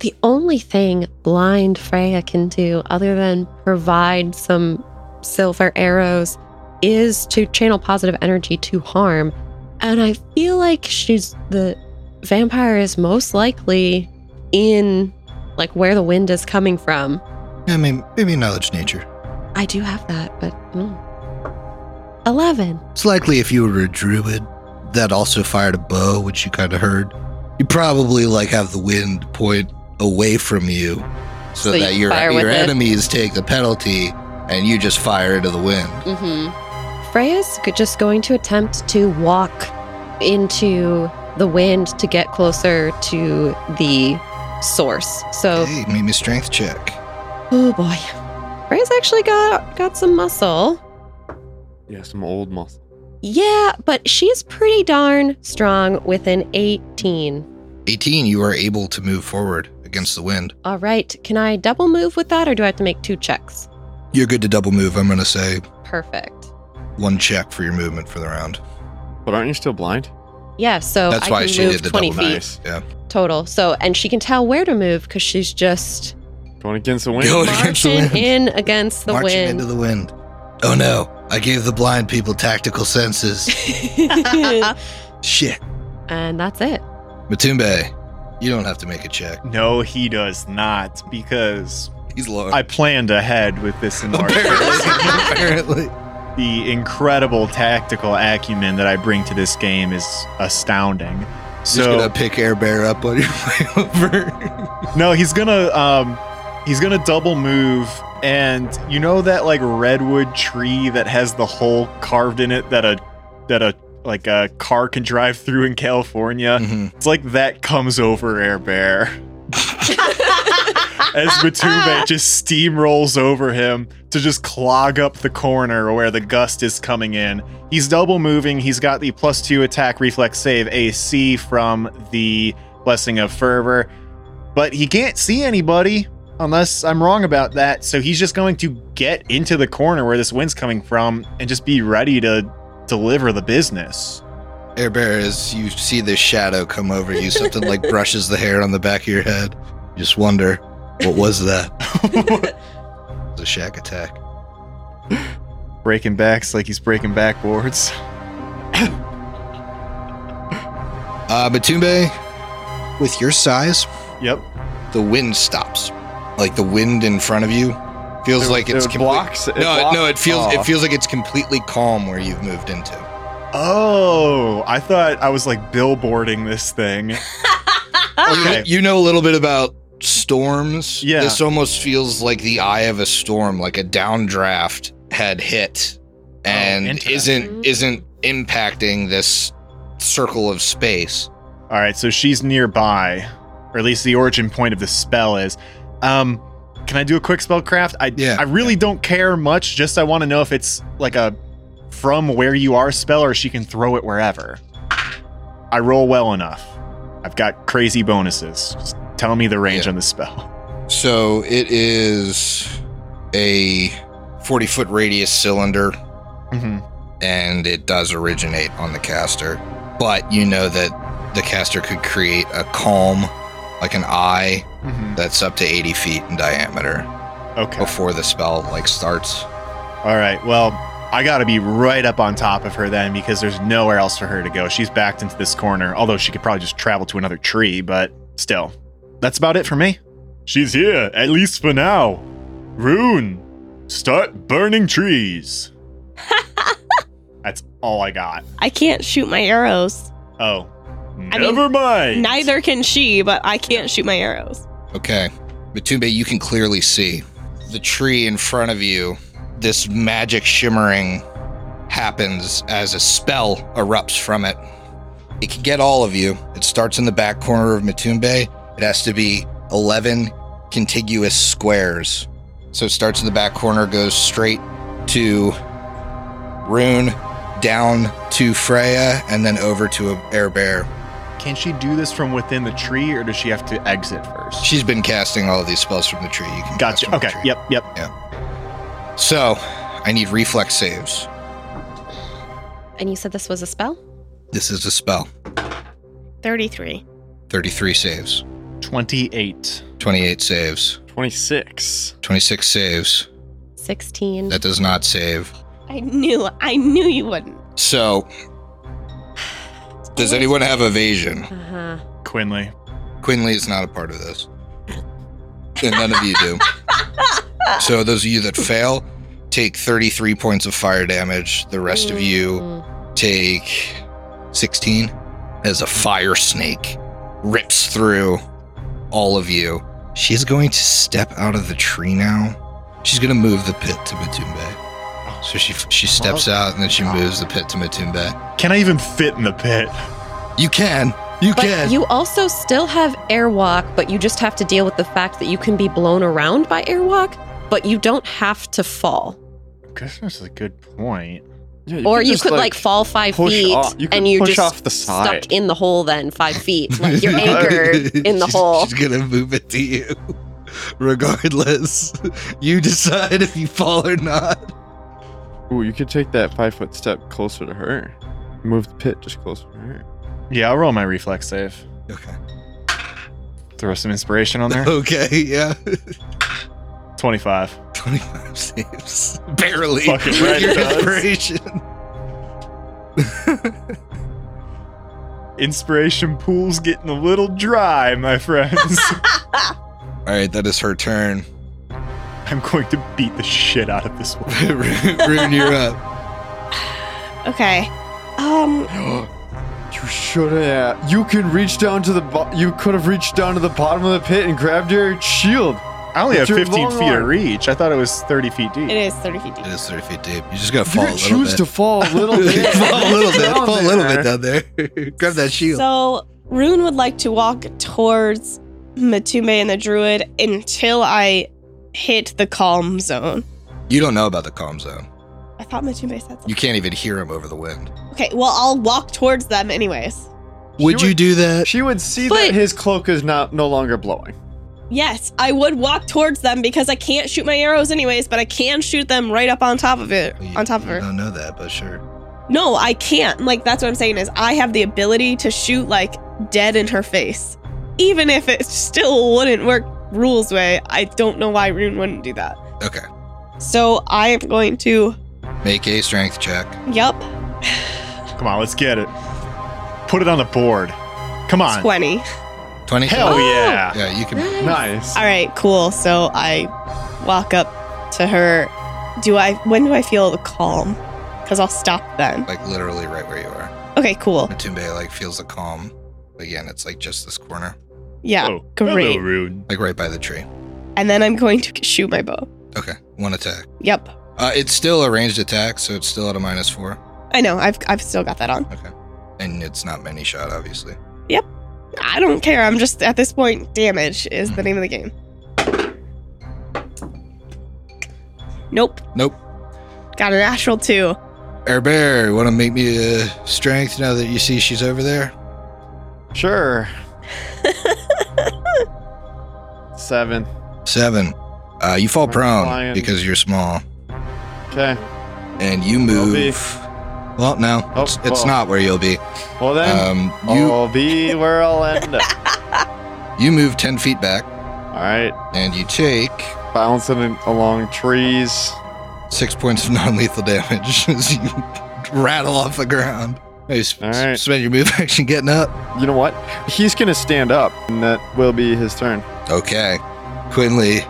The only thing blind Freya can do, other than provide some silver arrows, is to channel positive energy to harm. And I feel like she's the vampire is most likely in like where the wind is coming from. I mean, maybe knowledge nature. I do have that, but mm. 11. It's likely if you were a druid that also fired a bow, which you kind of heard, you probably like have the wind point away from you so, So you that your fire with your it. enemies take the penalty and you just fire into the wind. Mm-hmm. Freya's g- just going to attempt to walk into the wind to get closer to the source. So, Hey, make me a strength check. oh boy, Freya's actually got got some muscle. Yeah, some old muscle. Yeah, but she's pretty darn strong with an 18. 18, you are able to move forward against the wind. All right, can I double move with that, or do I have to make two checks? You're good to double move. I'm going to say Perfect. one check for your movement for the round. But aren't you still blind? Yeah, so That's Oh, I why can she move did the 20 double feet move. Yeah. total. So, and she can tell where to move because she's just Going against the wind. Go against the marching wind. in against the Marching wind. into the wind. Oh no, I gave the blind people tactical senses. Shit. and that's it. Matumbe, you don't have to make a check. No, he does not, because He's low. I planned ahead with this enlargement. Apparently. the incredible tactical acumen that I bring to this game is astounding. Just gonna So pick Air Bear up on your way over. no, he's gonna um he's gonna double move and you know that like redwood tree that has the hole carved in it that a that a like a car can drive through in Uh, California. Mhm. It's like that comes over Air Bear. as Matube just steamrolls over him to just clog up the corner where the gust is coming in. He's double moving. He's got the plus two attack reflex save AC from the Blessing of Fervor, but he can't see anybody unless I'm wrong about that. So he's just going to get into the corner where this wind's coming from and just be ready to deliver the business. Air Bear, as you see this shadow come over you, something like brushes the hair on the back of your head. You just wonder, what was that? It's a shack attack. breaking backs like he's breaking backboards. Uh, Matumbe, with your size, Yep. the wind stops. Like the wind in front of you feels like it's it complete- blocks. it no, it- blocks no, it feels it off. feels like it's completely calm where you've moved into. Oh, I thought I was like billboarding this thing. Okay. You know a little bit about storms. Yeah. This almost feels like the eye of a storm, like a downdraft had hit and Oh, interesting. isn't isn't impacting this circle of space. All right, so she's nearby, or at least the origin point of the spell is. Um, can I do a quick spellcraft? I Yeah. I really don't care much. Just I want to know if it's like a from where you are spell, or she can throw it wherever. I roll well enough. I've got crazy bonuses. Just tell me the range Yeah. on the spell. So it is a 40 foot radius cylinder hmm and it does originate on the caster. But you know that the caster could create a calm, like an eye, hmm that's up to 80 feet in diameter Okay. before the spell like starts. All right. Well, I got to be right up on top of her then because there's nowhere else for her to go. She's backed into this corner, although she could probably just travel to another tree, but still. That's about it for me. She's here, at least for now. Rune, start burning trees. That's all I got. I can't shoot my arrows. Oh. I mean, Never mind. Neither can she, but I can't shoot my arrows. Okay. Matumbe, you can clearly see the tree in front of you. This magic shimmering happens as a spell erupts from it. It can get all of you. It starts in the back corner of Matumbe. It has to be 11 contiguous squares. So it starts in the back corner, goes straight to Rune, down to Freya, and then over to Air Bear. Can she do this from within the tree or does she have to exit first? She's been casting all of these spells from the tree. You can cast gotcha. from the Okay. tree. Yep. Yep. So, I need reflex saves. And you said this was a spell? This is a spell. 33. 33 saves, 28. 28 saves, 26. 26 saves. 16. That does not save. I knew, I knew you wouldn't. So, does anyone have evasion? Uh-huh. Quinley. Quinley is not a part of this. And none of you do. So, those of you that fail take 33 points of fire damage. The rest of you Mm. take 16 as a fire snake rips through all of you. She's going to step out of the tree now. She's going to move the pit to Matumbe. So she she Oh. steps out and then she moves the pit to Matumbe. Can I even fit in the pit? You can. You But can. you also still have airwalk, but you just have to deal with the fact that you can be blown around by airwalk, but you don't have to fall. Guess that's a good point. Yeah, or you just, could like, fall five push feet off- you could and you're push just off the stuck side. in the hole then five feet. Like you're anchored in the She's- hole. She's going to move it to you. Regardless, you decide if you fall or not. Ooh, you could take that five foot step closer to her. Move the pit just closer to her. Yeah, I'll roll my reflex save. Okay. Throw some inspiration on there. Okay, yeah. 25. 25 saves. Barely. Fucking With right, your it does. inspiration. Inspiration pool's getting a little dry, my friends. All right, that is her turn. I'm going to beat the shit out of this one. Rune, you're up. Okay. Um, You should have. You can reach down to the. Bo- you could have reached down to the bottom of the pit and grabbed your shield. I only have But you're 15 long feet of arm. reach. I thought it was 30 feet deep. it is 30 feet deep. It is 30 feet deep. You just gotta you fall a could little choose bit. to fall a little bit. fall a little bit. Down Fall a little bit there. down there. Grab that shield. So Rune would like to walk towards Matumbe and the Druid until I hit the calm zone. You don't know about the calm zone. I thought Matumbe said something. You can't even hear him over the wind. Okay, well, I'll walk towards them anyways. Would She you do that? She would see But- that his cloak is not no longer blowing. Yes, I would walk towards them because I can't shoot my arrows anyways, but I can shoot them right up on top of it, You- on top of you her. don't know that, but sure. No, I can't. Like that's what I'm saying is I have the ability to shoot like dead in her face. Even if it still wouldn't work rules way, I don't know why Rune wouldn't do that. Okay. So I am going to Make a strength check. Yep. Come on, let's get it. Put it on the board. Come on. Twenty. 20. Hell Oh. yeah. Yeah, you can. Nice. Alright, cool. So I walk up to her. Do I when do I feel the calm? Cause I'll stop then. Like literally right where you are. Okay, cool. Matumbe like feels the calm. Again, it's like just this corner, Yeah. Oh, great. Hello, Rune. like right by the tree. And then I'm going to shoot my bow. Okay, one attack. Yep. Uh, it's still a ranged attack, so it's still at a minus four, I know, I've I've still got that on. and it's not many shot, obviously. I don't care. I'm just at this point. Damage is the name of the game. Nope. Nope. Got a natural two. Air Bear, want to make me a strength now that you see she's over there? Sure. Seven. Seven. Uh, you fall I'm prone flying. because you're small, Okay. and you I'll move. be- Well, no, Oh, it's, it's well. not where you'll be. Well then, oh. Um, you I'll be where I'll end up. you move ten feet back, All right. and you take Bouncing in- along trees. six points of non-lethal damage as you rattle off the ground. Hey, sp- All right. Spend your move action getting up. You know what? He's gonna stand up, and that will be his turn. Okay. Quinley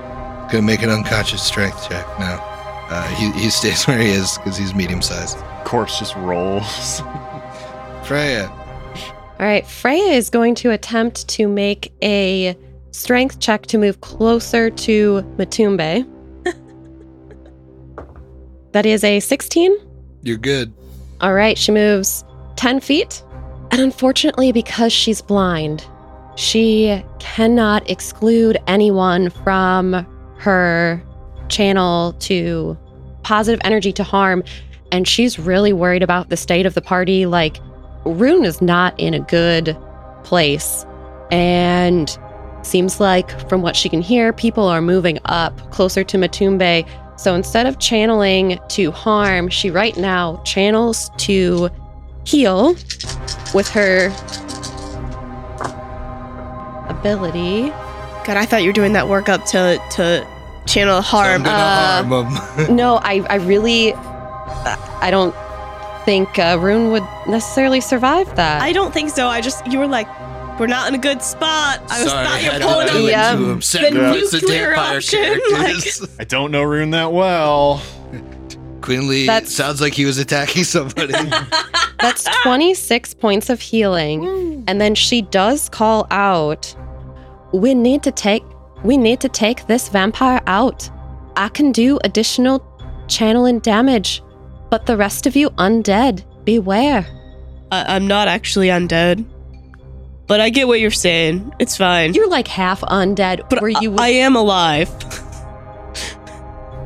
gonna make an unconscious strength check now. Uh, he, he stays where he is because he's medium sized. Corpse just rolls. Freya, All right, Freya is going to attempt to make a strength check to move closer to Matumbe. that is a 16. you're good. All right, she moves 10 feet. And unfortunately, because she's blind, she cannot exclude anyone from her channel to positive energy to harm. And she's really worried about the state of the party. Like, Rune is not in a good place. And seems like, from what she can hear, people are moving up closer to Matumbe so instead of channeling to harm, she right now channels to heal with her ability. God, I thought you were doing that workup to to channel I'm harm. gonna Uh, harm him. No, I, I really, I don't think uh, Rune would necessarily survive that. I don't think so. I just you were like, we're not in a good spot. I was Sorry, thought you I were don't pulling do up. it. Yeah. to him. nuclear Sacrifice the vampire option, characters. I don't know Rune that well. Quinley That's- sounds like he was attacking somebody. That's 26 points of healing. And then she does call out, "We need to take we need to take this vampire out. I can do additional channeling damage, but the rest of you undead, beware." I, I'm not actually undead, but I get what you're saying. It's fine. You're like half undead. but where I, you I am alive.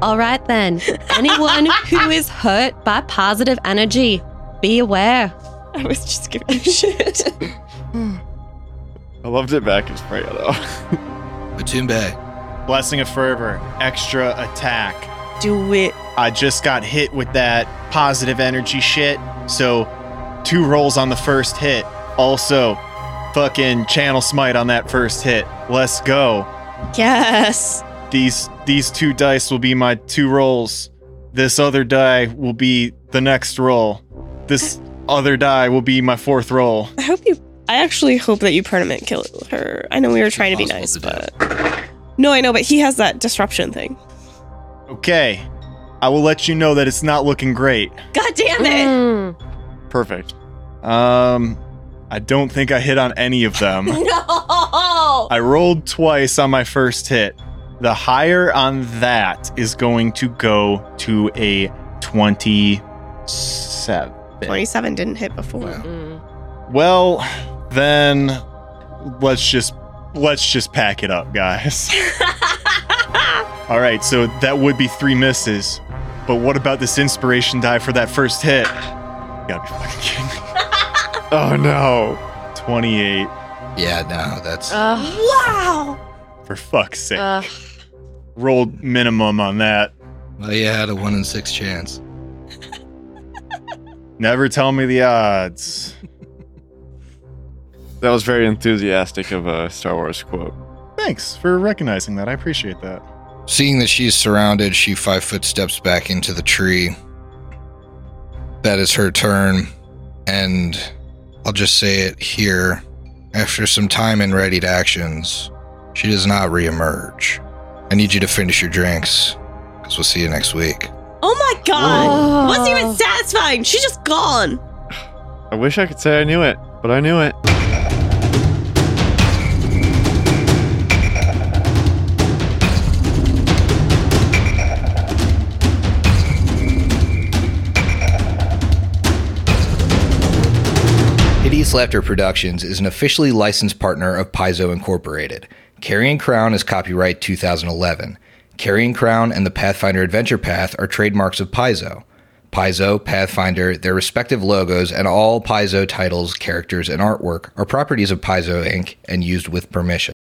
All right then. Anyone who is hurt by positive energy, beware. I was just giving you shit. I loved it back as Freya though. Matumbe, Blessing of Fervor, extra attack. Do it. I just got hit with that positive energy shit. So, two rolls on the first hit. Also, fucking channel smite on that first hit. Let's go. Yes. These these two dice will be my two rolls. This other die will be the next roll. This other die will be my fourth roll. I hope you. I actually hope that you permanent kill her. I know we were trying to be nice, Impossible to but no, I know. But he has that disruption thing. Okay. I will let you know that it's not looking great. God damn it! Mm. Perfect. Um I don't think I hit on any of them. Mm. No. I rolled twice on my first hit. The higher on that is going to go to a 27. Twenty-seven didn't hit before. Wow. Mm. Well, then let's just Let's just pack it up, guys. All right, so that would be three misses. But what about this inspiration die for that first hit? You gotta be fucking kidding me. Oh no. 28, Yeah, no, that's Uh, Ugh, wow. for fuck's sake. ugh. Rolled minimum on that. well, you had a one in six chance. Never tell me the odds. That was very enthusiastic of a Star Wars quote. Thanks for recognizing that. I appreciate that. Seeing that she's surrounded, she five foot steps back into the tree. That is her turn. And I'll just say it here. After some time in readied actions, she does not reemerge. I need you to finish your drinks, because we'll see you next week. Oh my god. Oh. Wasn't even satisfying. She's just gone. I wish I could say I knew it, but I knew it. Hideous Laughter Productions is an officially licensed partner of Paizo Incorporated. Carrying Crown is copyright 2011. Carrying Crown and the Pathfinder Adventure Path are trademarks of Paizo. Paizo, Pathfinder, their respective logos, and all Paizo titles, characters, and artwork are properties of Paizo Inc. and used with permission.